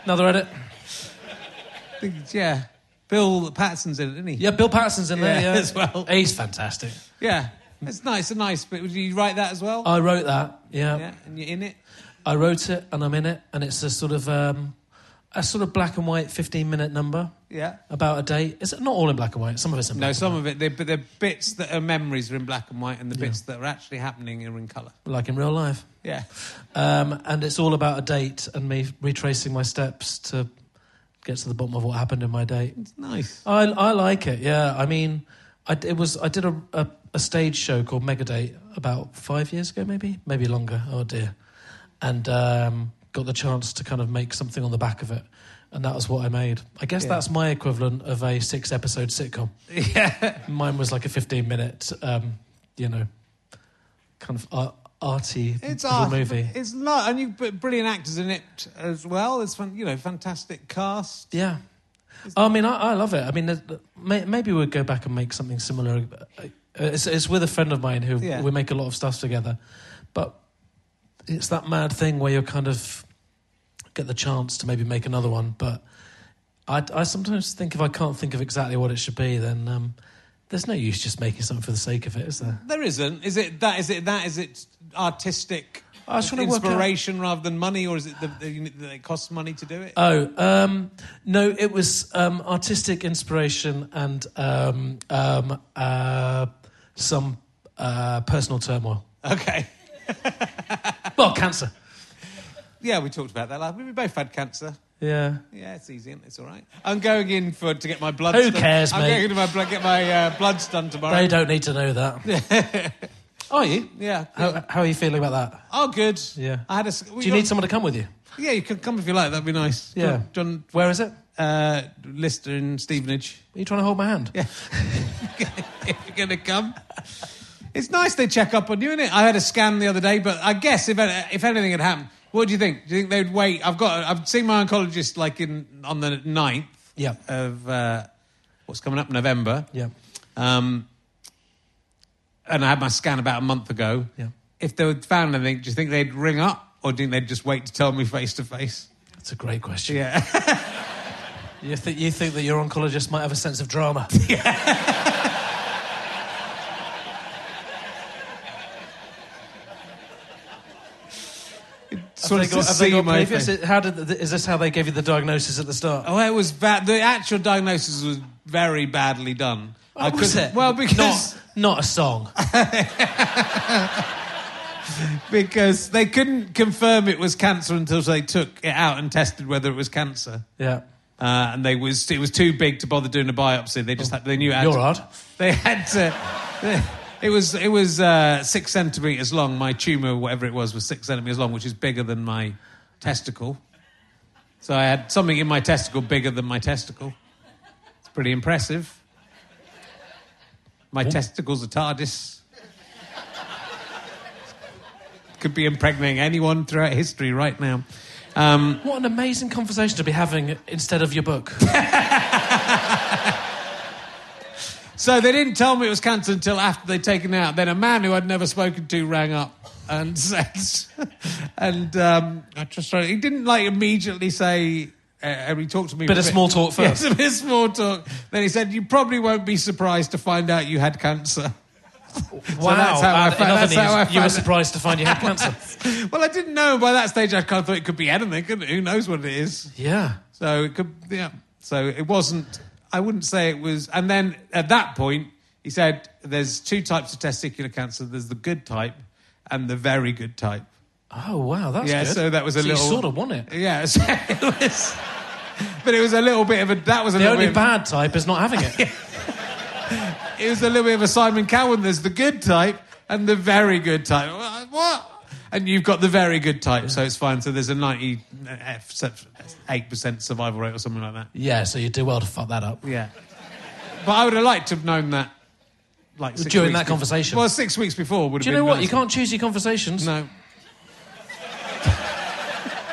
Speaker 3: Another edit.
Speaker 1: yeah, Bill Patterson's in it, isn't he?
Speaker 3: Yeah, Bill Patterson's in there
Speaker 1: Yeah,
Speaker 3: yeah.
Speaker 1: as well.
Speaker 3: He's fantastic.
Speaker 1: Yeah, it's nice. A nice. But would you write that as well?
Speaker 3: I wrote that. Yeah.
Speaker 1: yeah, and you're in it.
Speaker 3: I wrote it and I'm in it, and it's a sort of um, a sort of black and white, fifteen minute number
Speaker 1: Yeah.
Speaker 3: about a date. It's not all in black and white. Some of it's in
Speaker 1: No,
Speaker 3: black
Speaker 1: some of it, they, but the bits that are memories are in black and white, and the bits that are actually happening are in colour.
Speaker 3: and white, like in real life.
Speaker 1: Yeah.
Speaker 3: Um, and it's all about a date and me retracing my steps to get to the bottom of what happened in my date.
Speaker 1: It's nice.
Speaker 3: I, I like it. Yeah, I mean, I, it was I did a, a, a stage show called Megadate about five years ago, maybe maybe longer. Oh dear, and um, got the chance to kind of make something on the back of it, and that was what I made. I guess that's my equivalent of a six episode sitcom.
Speaker 1: [laughs] Yeah.
Speaker 3: Mine was like a fifteen minute, um, you know, kind of ar- arty
Speaker 1: It's
Speaker 3: little
Speaker 1: art.
Speaker 3: movie.
Speaker 1: It's not, and you've got brilliant actors in it as well. It's fun, you know, fantastic cast.
Speaker 3: Yeah. I mean, I, I love it. I mean, there's- may, maybe we'll go back and make something similar. Uh, It's, it's with a friend of mine who
Speaker 1: Yeah.
Speaker 3: we make a lot of stuff together. But it's that mad thing where you kind of get the chance to maybe make another one. But I, I sometimes think if I can't think of exactly what it should be, then um, There's no use just making something for the sake of it, is there?
Speaker 1: There isn't. Is it that? Is it that? Is it artistic
Speaker 3: I was trying to work out-
Speaker 1: inspiration rather than money, or is it the, the, you know, that it costs money to do it?
Speaker 3: Oh, um, no, it was um, artistic inspiration and um, um, uh, some uh, personal turmoil.
Speaker 1: okay.
Speaker 3: Well, cancer.
Speaker 1: Yeah, we talked about that last. We both had cancer.
Speaker 3: Yeah.
Speaker 1: Yeah, it's easy. It's all right. I'm going in for to get my blood.
Speaker 3: Who
Speaker 1: done.
Speaker 3: cares,
Speaker 1: I'm
Speaker 3: mate?
Speaker 1: going to my blood, get my uh, bloods done tomorrow.
Speaker 3: They don't need to know that.
Speaker 1: [laughs]
Speaker 3: Are you?
Speaker 1: Yeah.
Speaker 3: How, how are you feeling about that?
Speaker 1: Oh, good.
Speaker 3: Yeah.
Speaker 1: I had a. s- we
Speaker 3: Do you
Speaker 1: got-
Speaker 3: need someone to come with you?
Speaker 1: Yeah, you can come if you like. That'd be nice.
Speaker 3: Yeah.
Speaker 1: John, John
Speaker 3: Where is it? Are
Speaker 1: uh, Lister and Stevenage. [laughs]
Speaker 3: you trying to hold my hand? Yeah.
Speaker 1: if you're going to come. It's nice they check up on you, innit? I had a scan the other day, but I guess if if anything had happened, what do you think? Do you think they'd wait? I've got I've seen my oncologist like in on the 9th
Speaker 3: Yeah.
Speaker 1: of uh, what's coming up November.
Speaker 3: Yeah.
Speaker 1: Um, and I had my scan about a month ago.
Speaker 3: Yeah.
Speaker 1: If they had found anything, do you think they'd ring up or do you think they'd just wait to tell me face to face?
Speaker 3: That's a great question.
Speaker 1: Yeah. [laughs]
Speaker 3: You, think you think that your oncologist might have a sense
Speaker 1: [laughs]
Speaker 3: of drama?
Speaker 1: Sort of
Speaker 3: Have they got-
Speaker 1: to
Speaker 3: have they
Speaker 1: see
Speaker 3: got
Speaker 1: my
Speaker 3: previous-
Speaker 1: face.
Speaker 3: How did, is this how they gave you the diagnosis at the start?
Speaker 1: Oh, it was bad. The actual diagnosis was very badly done.
Speaker 3: Oh, was
Speaker 1: couldn't-
Speaker 3: it?
Speaker 1: Well, because
Speaker 3: not, not
Speaker 1: [laughs]
Speaker 3: a song.
Speaker 1: because they couldn't confirm it was cancer until they took it out and tested whether it was cancer.
Speaker 3: yeah.
Speaker 1: Uh, and they was it was too big to bother doing a biopsy. They just had, they knew it had
Speaker 3: You're
Speaker 1: to,
Speaker 3: odd.
Speaker 1: They had to. It was it was uh, six centimeters long. My tumor, whatever it was, was six centimeters long, which is bigger than my testicle. So I had something in my testicle bigger than my testicle. It's pretty impressive. My testicles are TARDIS. Could be impregnating anyone throughout history right now. Um,
Speaker 3: What an amazing conversation to be having instead of
Speaker 1: [laughs]
Speaker 3: your book.
Speaker 1: So they didn't tell me it was cancer until after they'd taken it out. Then a man who I'd never spoken to rang up and [laughs] said, and um, I just started, he didn't like immediately say. Uh, he talked to me.
Speaker 3: Bit
Speaker 1: a
Speaker 3: of small talk
Speaker 1: [laughs]
Speaker 3: first.
Speaker 1: Yes, a bit of small talk. Then he said, "You probably won't be surprised to find out you had cancer." [laughs]
Speaker 3: wow.
Speaker 1: that's how I found-
Speaker 3: And in
Speaker 1: that's
Speaker 3: other
Speaker 1: how
Speaker 3: news,
Speaker 1: I
Speaker 3: you were
Speaker 1: found-
Speaker 3: surprised to find
Speaker 1: [laughs]
Speaker 3: you had cancer.
Speaker 1: well, I didn't know. By that stage, I kind of thought it could be anything. Couldn't it? Who knows what it is?
Speaker 3: Yeah.
Speaker 1: So it could, yeah. So it wasn't. I wouldn't say it was. And then at that point, he said, "There's two types of testicular cancer. There's the good type and the very good type."
Speaker 3: Oh, wow. That's
Speaker 1: yeah.
Speaker 3: good.
Speaker 1: So that was a little.
Speaker 3: You sort of
Speaker 1: [laughs]
Speaker 3: won it.
Speaker 1: Yeah. So it was. But it was a little bit of a. That was a
Speaker 3: The
Speaker 1: little
Speaker 3: only
Speaker 1: bit.
Speaker 3: bad type is not having
Speaker 1: [laughs]
Speaker 3: it.
Speaker 1: it was a little bit of a Simon Cowan. There's the good type and the very good type. Wha- What? And you've got the very good type, so it's fine. So there's a eh, 98% survival rate or something like that.
Speaker 3: Yeah, so you do well to fuck that up.
Speaker 1: Yeah. But I would have liked to have known that. Like six
Speaker 3: During
Speaker 1: weeks
Speaker 3: that conversation.
Speaker 1: Well, six weeks before would have
Speaker 3: Do you
Speaker 1: been
Speaker 3: know what?
Speaker 1: nice.
Speaker 3: You can't choose your conversations.
Speaker 1: No.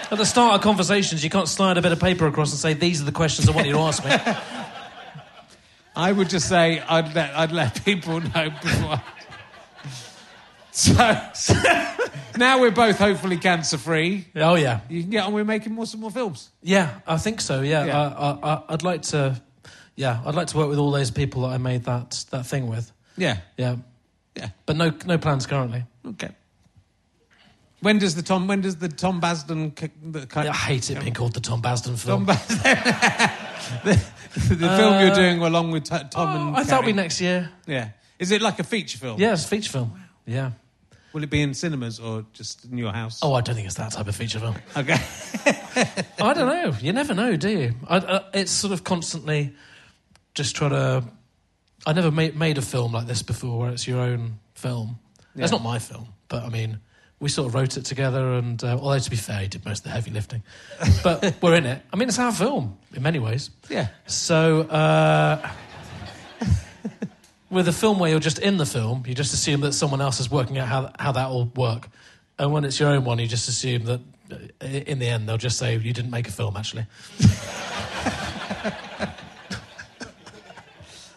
Speaker 3: At the start of conversations, you can't slide a bit of paper across and say, These are the questions I want you to ask
Speaker 1: [laughs]
Speaker 3: me.
Speaker 1: I would just say I'd let I'd let people know before. [laughs] I... So, [laughs] now we're both hopefully cancer free.
Speaker 3: oh, yeah.
Speaker 1: You can get on with making more some more films.
Speaker 3: Yeah, I think so. Yeah,
Speaker 1: Yeah.
Speaker 3: I, I, I, I'd like to. Yeah, I'd like to work with all those people that I made that that thing with.
Speaker 1: Yeah.
Speaker 3: Yeah,
Speaker 1: Yeah.
Speaker 3: but no no plans currently.
Speaker 1: Okay. When does the Tom? When does the Tom Basden? c- The, kind
Speaker 3: I hate it being called the Tom Basden
Speaker 1: Tom
Speaker 3: film.
Speaker 1: Basden. [laughs] the the film you're doing along with t- Tom
Speaker 3: Uh, Oh,
Speaker 1: and.
Speaker 3: I thought we
Speaker 1: Carrie.
Speaker 3: next year.
Speaker 1: Yeah. Is it like a feature film?
Speaker 3: Yeah, it's a feature film. Yeah.
Speaker 1: Will it be in cinemas or just in your house?
Speaker 3: Oh, I don't think it's that type of feature film.
Speaker 1: okay.
Speaker 3: [laughs] I don't know. You never know, do you? I, I, it's sort of constantly just trying to. I never made, made a film like this before, where it's your own film. It's
Speaker 1: Yeah.
Speaker 3: not my film, but I mean, we sort of wrote it together, and uh, although to be fair, he did most of the heavy lifting,
Speaker 1: [laughs]
Speaker 3: but we're in it. I mean, it's our film in many ways.
Speaker 1: Yeah.
Speaker 3: So. Uh, [laughs] With a film where you're just in the film, you just assume that someone else is working out how, how that will work. And when it's your own one, you just assume that uh, i- in the end, they'll just say, You didn't make a film, actually.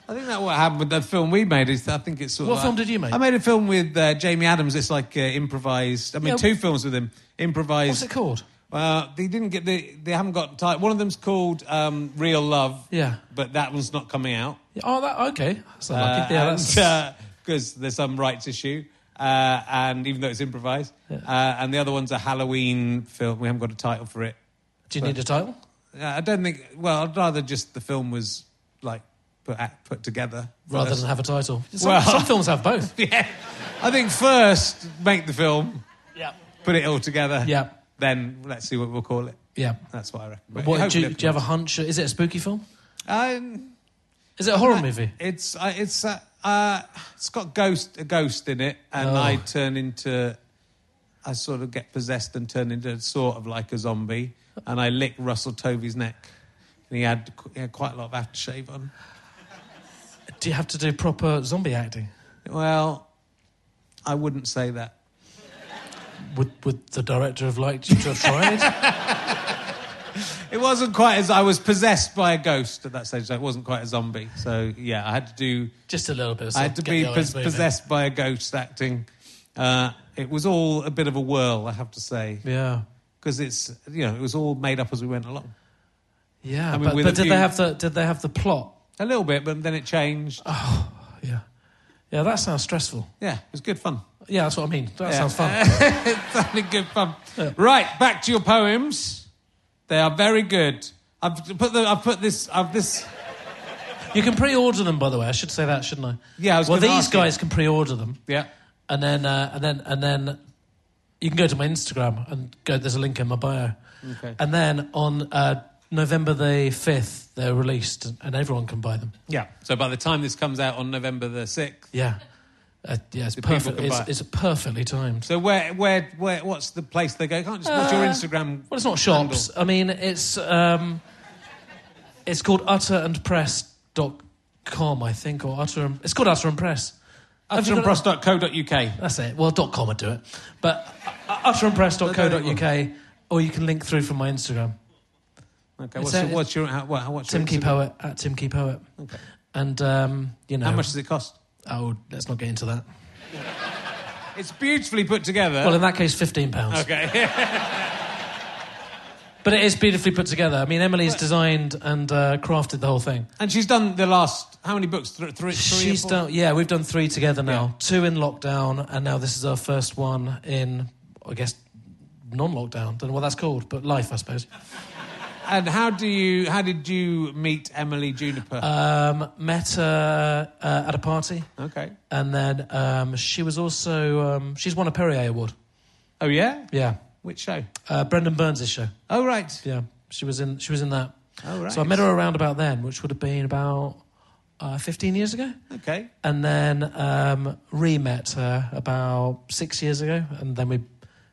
Speaker 1: I think that what happened with that film we made is I think it's sort
Speaker 3: What
Speaker 1: of.
Speaker 3: film did you make?
Speaker 1: I made a film with uh, Jamie Adams. It's like uh, improvised. I mean,
Speaker 3: Yeah.
Speaker 1: two films with him. Improvised.
Speaker 3: What's it called?
Speaker 1: Well, they didn't get the. They haven't got title. One of them's called um, Real Love.
Speaker 3: Yeah.
Speaker 1: But that one's not coming out. Uh,
Speaker 3: Oh, that okay. That's unlucky. yeah, that's,
Speaker 1: because there's some rights issue, uh, and even though it's improvised, uh, and the other one's a Halloween film. We haven't got a title for it.
Speaker 3: [laughs] do you need a title?
Speaker 1: Uh, I don't think. Well, I'd rather just the film was like put at, put together
Speaker 3: Rather
Speaker 1: First.
Speaker 3: than have a title. Some,
Speaker 1: Well-
Speaker 3: some films have
Speaker 1: [laughs]
Speaker 3: both.
Speaker 1: yeah, I think first make the film,
Speaker 3: [laughs] yeah.
Speaker 1: put it all together.
Speaker 3: Yeah.
Speaker 1: Then let's see what we'll call it.
Speaker 3: Yeah.
Speaker 1: That's what I reckon.
Speaker 3: What, do, you, do you have a hunch? Is it a spooky film?
Speaker 1: Um,
Speaker 3: Is it a horror movie?
Speaker 1: It's uh, it's uh, uh, it's got ghost a ghost in it, and
Speaker 3: Oh.
Speaker 1: I turn into I sort of get possessed and turn into sort of like a zombie, and I lick Russell Tovey's neck, and he had, he had quite a lot of aftershave on.
Speaker 3: Do you have to do proper zombie acting?
Speaker 1: Well, I wouldn't say that.
Speaker 3: Would, would the director have liked you to have [laughs] tried?
Speaker 1: It wasn't quite as I was possessed by a ghost at that stage, so it wasn't quite a zombie. So yeah, I had to do
Speaker 3: Just a little bit. Of
Speaker 1: I had to
Speaker 3: sort of
Speaker 1: be
Speaker 3: get the eyes
Speaker 1: pos-
Speaker 3: moving.
Speaker 1: possessed by a ghost acting. Uh, it was all a bit of a whirl, I have to say.
Speaker 3: Yeah.
Speaker 1: because it's you know it was all made up as we went along
Speaker 3: Yeah.
Speaker 1: I mean,
Speaker 3: but
Speaker 1: with
Speaker 3: but
Speaker 1: a
Speaker 3: did,
Speaker 1: few-
Speaker 3: they have the, did they have the plot?
Speaker 1: a little bit but then it changed
Speaker 3: Ah. Yeah. Yeah, that sounds stressful.
Speaker 1: yeah it was good fun
Speaker 3: Yeah, that's what I mean. That sounds fun.
Speaker 1: [laughs] it sounded good fun right back to your poems they are very good I've put the I've put this I've this
Speaker 3: You can pre-order them, by the way. I should say that, shouldn't I?
Speaker 1: Yeah, I was
Speaker 3: well,
Speaker 1: gonna
Speaker 3: these
Speaker 1: ask you.
Speaker 3: guys can pre-order them,
Speaker 1: yeah
Speaker 3: and then uh, and then and then you can go to my Instagram and go. There's a link in my bio,
Speaker 1: Okay.
Speaker 3: and then on uh, November the fifth, they're released, and everyone can buy them.
Speaker 1: yeah so by the time this comes out on November the sixth
Speaker 3: Yeah, uh, yeah, it's
Speaker 1: The people
Speaker 3: perfect.
Speaker 1: can
Speaker 3: It's,
Speaker 1: buy it.
Speaker 3: it's perfectly timed.
Speaker 1: so where where where what's the place they go can't just what's
Speaker 3: Uh,
Speaker 1: your Instagram
Speaker 3: Well, it's not shops. I mean, it's um, it's called utterandpress.com, I think, or utter. And, it's called utter and press. Have you got it?
Speaker 1: utterandpress.co.uk
Speaker 3: That's it. Well, dot com would do it. But uh, utterandpress.co.uk, or you can link through from my Instagram.
Speaker 1: okay
Speaker 3: It's
Speaker 1: what's,
Speaker 3: a-
Speaker 1: your, what's your how- what, what's your
Speaker 3: Tim Key
Speaker 1: Instagram?
Speaker 3: Poet, at Tim Key Poet. Okay. And, um, you know.
Speaker 1: how much does it cost
Speaker 3: Oh, let's not get into that.
Speaker 1: it's beautifully put together
Speaker 3: Well, in that case, £15.
Speaker 1: okay [laughs]
Speaker 3: But it is beautifully put together. I mean, Emily's designed and uh, crafted the whole thing.
Speaker 1: and she's done the last how many books Thr- three, three or
Speaker 3: She's
Speaker 1: four?
Speaker 3: done, yeah, we've done three together now. Two in lockdown, and now this is our first one in, I guess, non lockdown. Don't know what that's called, but life, I suppose.
Speaker 1: And how do you? How did you meet Emily Juniper?
Speaker 3: Um, met her uh, at a party.
Speaker 1: okay.
Speaker 3: And then um, she was also um, she's won a Perrier Award.
Speaker 1: Oh yeah.
Speaker 3: Yeah,
Speaker 1: Which show?
Speaker 3: uh, Brendan Burns' show.
Speaker 1: Oh right.
Speaker 3: Yeah, she was in she was in that.
Speaker 1: Oh right.
Speaker 3: So I met her around about then, which would have been about uh, fifteen years ago.
Speaker 1: Okay.
Speaker 3: And then um, re-met her about six years ago, and then we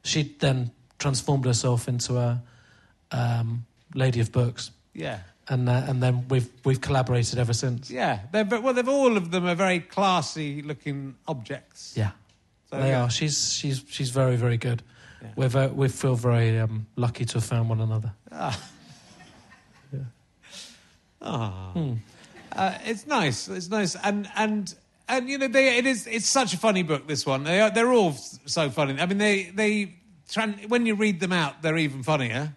Speaker 3: she then transformed herself into a um, lady of books,
Speaker 1: Yeah.
Speaker 3: and uh, and then we've we've collaborated ever since.
Speaker 1: Yeah. They're ve- well. They've all of them are very classy looking objects.
Speaker 3: Yeah.
Speaker 1: So,
Speaker 3: they
Speaker 1: yeah.
Speaker 3: are. She's she's she's very very good. We're very, we feel very um, lucky to have found one another.
Speaker 1: Uh, it's nice. It's nice. And and and you know they. It is. It's such a funny book. This one. They are. They're all s- so funny. I mean they they. tran- When you read them out, they're even funnier.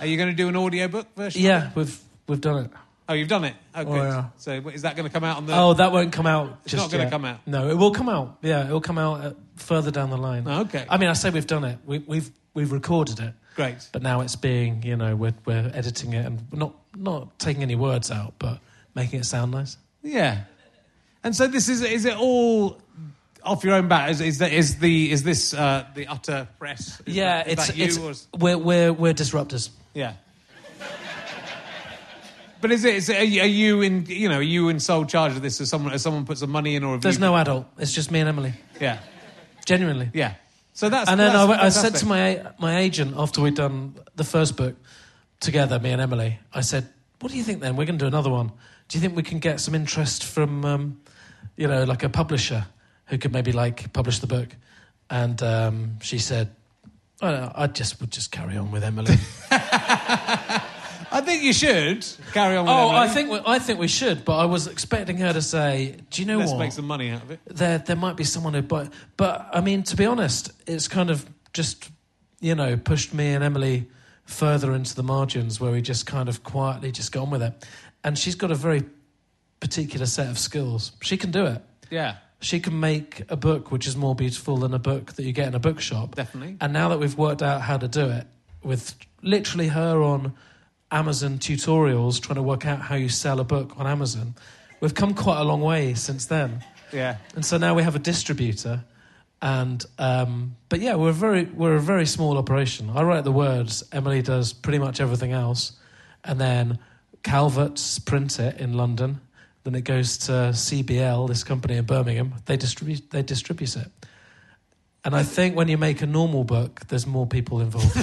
Speaker 1: Are you going to do an audiobook version? of
Speaker 3: Yeah,
Speaker 1: it?
Speaker 3: we've we've done it.
Speaker 1: Oh, you've done it. Oh, good.
Speaker 3: yeah.
Speaker 1: So is that going to come out on the?
Speaker 3: Oh, that won't come out.
Speaker 1: It's
Speaker 3: just
Speaker 1: not gonna
Speaker 3: yet.
Speaker 1: come out.
Speaker 3: No, it will come out. Yeah, it will come out uh, further down the line.
Speaker 1: Oh, okay.
Speaker 3: I mean, I say we've done it. We, we've we've recorded it,
Speaker 1: Great.
Speaker 3: but now it's being you know we're we're editing it and not not taking any words out, but making it sound nice.
Speaker 1: Yeah. And so this is is it all off your own bat? Is is, that, is the is this uh, the utter press? Is
Speaker 3: yeah,
Speaker 1: that- is
Speaker 3: it's
Speaker 1: that you
Speaker 3: it's
Speaker 1: or,
Speaker 3: we're we're we're disruptors.
Speaker 1: yeah. But is it, is it are, you, are you in you know are you in sole charge of this? Has someone has someone put some money in or have
Speaker 3: There's
Speaker 1: you,
Speaker 3: no adult. It's just me and Emily.
Speaker 1: yeah
Speaker 3: Genuinely.
Speaker 1: yeah. So that's
Speaker 3: and then
Speaker 1: that's
Speaker 3: I, went- I said
Speaker 1: fantastic.
Speaker 3: to my my agent after we'd done the first book together, me and Emily, I said, "What do you think? Then we're going to do another one. Do you think we can get some interest from, um, you know, like a publisher who could maybe like publish the book?" And um, she said, "I don't know, I just would just carry on with Emily."
Speaker 1: I think you should carry on. With
Speaker 3: oh,
Speaker 1: Emily.
Speaker 3: I think we, I think we should, but I was expecting her to say, "Do you know
Speaker 1: let's
Speaker 3: what?
Speaker 1: make some money out of it.
Speaker 3: there there might be someone who buy but I mean to be honest, it's kind of just you know pushed me and Emily further into the margins where we just kind of quietly just got on with it. And she's got a very particular set of skills. She can do it.
Speaker 1: Yeah.
Speaker 3: She can make a book which is more beautiful than a book that you get in a bookshop.
Speaker 1: Definitely.
Speaker 3: And now that we've worked out how to do it, with literally her on Amazon tutorials trying to work out how you sell a book on Amazon, we've come quite a long way since then.
Speaker 1: Yeah.
Speaker 3: And so now we have a distributor. And um, but yeah, we're very we're a very small operation. I write the words. Emily does pretty much everything else, and then Calvert's print it in London. Then it goes to CBL, this company in Birmingham. They distribute they distribute it. And I think when you make a normal book, there's more people involved.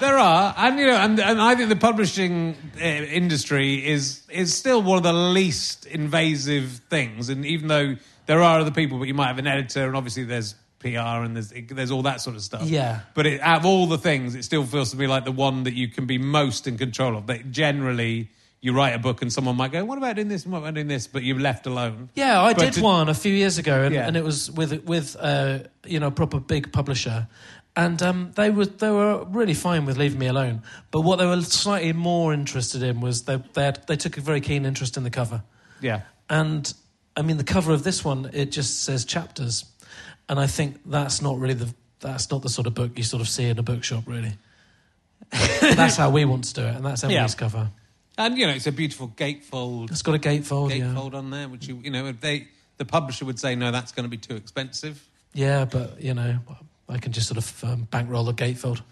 Speaker 1: There are, and you know, and, and I think the publishing uh, industry is is still one of the least invasive things. And even though there are other people, but you might have an editor, and obviously there's PR and there's there's all that sort of stuff.
Speaker 3: Yeah.
Speaker 1: But it, out of all the things, it still feels to me like the one that you can be most in control of. That generally. You write a book and someone might go, "What about doing this? And what about doing this?" But you're left alone.
Speaker 3: yeah, I
Speaker 1: But
Speaker 3: did
Speaker 1: to-
Speaker 3: one a few years ago, and,
Speaker 1: Yeah.
Speaker 3: and it was with with uh, you know a proper big publisher, and um, they were they were really fine with leaving me alone. But what they were slightly more interested in was they they, had, they took a very keen interest in the cover.
Speaker 1: Yeah,
Speaker 3: And I mean, the cover of this one it just says chapters, and I think that's not really the that's not the sort of book you sort of see in a bookshop,
Speaker 1: [laughs]
Speaker 3: really. that's how we want to do it, and that's Emily's
Speaker 1: Yeah.
Speaker 3: cover.
Speaker 1: and you know, it's a beautiful gatefold
Speaker 3: It's got a gatefold,
Speaker 1: gatefold on there, which you you know, if they the publisher would say, "No, that's going to be too expensive."
Speaker 3: yeah. Yeah, but you know, I can just sort of um, bankroll a gatefold.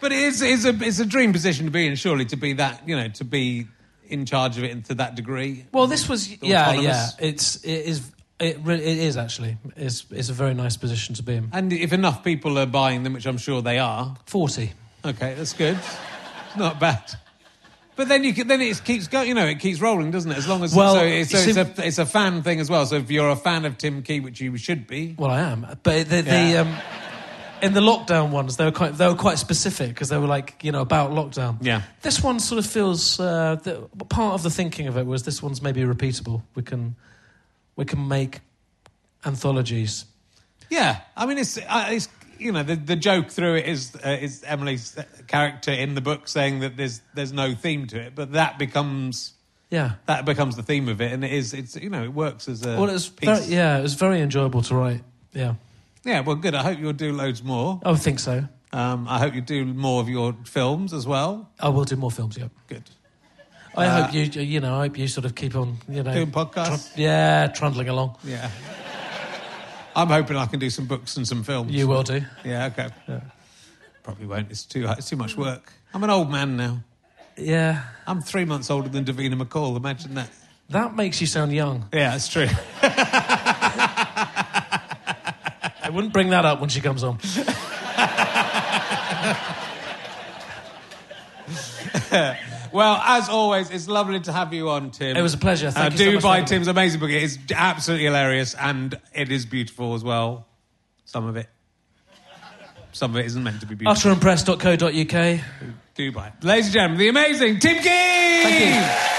Speaker 1: But it is, it's a it's a dream position to be in, surely to be that you know to be in charge of it and to that degree.
Speaker 3: Well, this was yeah,
Speaker 1: autonomous.
Speaker 3: yeah. It's it is it really it is actually it's it's a very nice position to be in.
Speaker 1: And if enough people are buying them, which I'm sure they are,
Speaker 3: Forty.
Speaker 1: okay, that's good. [laughs] It's not bad. But then you can, then it keeps going. You know, it keeps rolling, doesn't it? As long as
Speaker 3: Well,
Speaker 1: so, it's, so
Speaker 3: you
Speaker 1: it's
Speaker 3: see-
Speaker 1: a it's a fan thing as well. So if you're a fan of Tim Key, which you should be,
Speaker 3: Well, I am, but the, the
Speaker 1: Yeah.
Speaker 3: um, in the lockdown ones, they were quite they were quite specific because they were like you know about lockdown.
Speaker 1: Yeah.
Speaker 3: this one sort of feels uh, the, part of the thinking of it was this one's maybe repeatable. We can we can make anthologies.
Speaker 1: Yeah, I mean, it's, uh, it's you know the, the joke through it is uh, is Emily's character in the book saying that there's there's no theme to it, but that becomes
Speaker 3: Yeah.
Speaker 1: that becomes the theme of it, and it is it's you know it works as a
Speaker 3: Well, it was
Speaker 1: piece.
Speaker 3: very, yeah, it was very enjoyable to write. Yeah,
Speaker 1: Yeah, well, good. I hope you'll do loads more.
Speaker 3: I would Oh, think so.
Speaker 1: Um, I hope you do more of your films as well.
Speaker 3: I will do more films. Yeah,
Speaker 1: Good.
Speaker 3: I hope you you know I hope you sort of keep on you know
Speaker 1: Uh, Doing podcasts?
Speaker 3: tru- yeah, trundling along.
Speaker 1: Yeah. [laughs] I'm hoping I can do some books and some films.
Speaker 3: You will do.
Speaker 1: Yeah. Okay. Probably won't. It's too it's too much work. I'm an old man now.
Speaker 3: Yeah,
Speaker 1: I'm three months older than Davina McCall. Imagine that.
Speaker 3: that makes you sound young.
Speaker 1: Yeah, that's true.
Speaker 3: I wouldn't bring that up when she
Speaker 1: [laughs]
Speaker 3: comes on.
Speaker 1: Well, as always, it's lovely to have you on, Tim.
Speaker 3: It was a pleasure.
Speaker 1: uh,
Speaker 3: Thank you so
Speaker 1: do
Speaker 3: much for
Speaker 1: buy
Speaker 3: having me.
Speaker 1: Tim's amazing book. It is absolutely hilarious, and it is beautiful as well. Some of it, some of it isn't meant to be beautiful.
Speaker 3: Utterimpress.co.uk.
Speaker 1: Do buy, it. ladies and gentlemen, the amazing Tim Key. Thank
Speaker 3: you.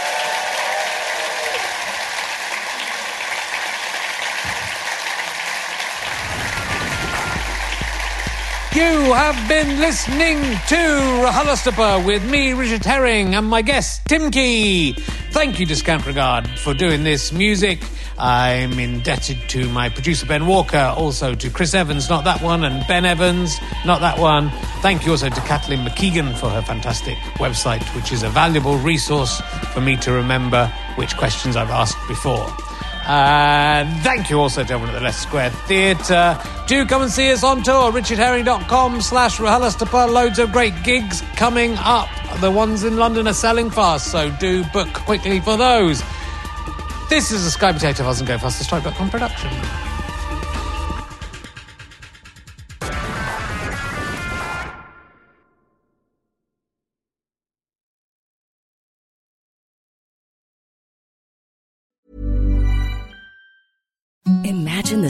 Speaker 1: You have been listening to Rahalastapa with me, Richard Herring, and my guest, Tim Key. Thank you, Discount Regard, for doing this music. I'm indebted to my producer, Ben Walker, also to Chris Evans, not that one, and Ben Evans, not that one. Thank you also to Kathleen McKeegan for her fantastic website, which is a valuable resource for me to remember which questions I've asked before. And thank you also to everyone at the Leicester Square Theatre. Do come and see us on tour, richardherring.com slash Rahalastapa. Loads of great gigs coming up. The ones in London are selling fast, so do book quickly for those. This is a Sky Potato Fuzz and Go Fast, the Strike.com production.
Speaker 5: Imagine the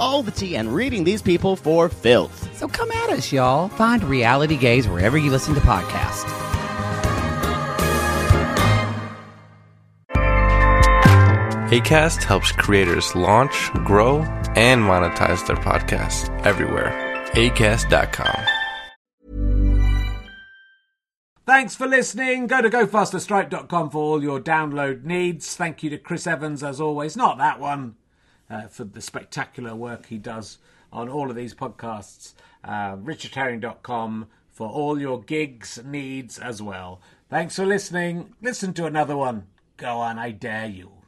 Speaker 6: all the tea and reading these people for filth.
Speaker 7: so come at us, y'all. Find Reality Gaze wherever you listen to podcasts.
Speaker 8: ACAST helps creators launch, grow, and monetize their podcasts everywhere. ACAST.com.
Speaker 1: Thanks for listening. Go to gofasterstripe.com for all your download needs. Thank you to Chris Evans, as always, not that one, uh, for the spectacular work he does on all of these podcasts. Uh, RichardHerring.com for all your gigs needs as well. Thanks for listening. Listen to another one. Go on, I dare you.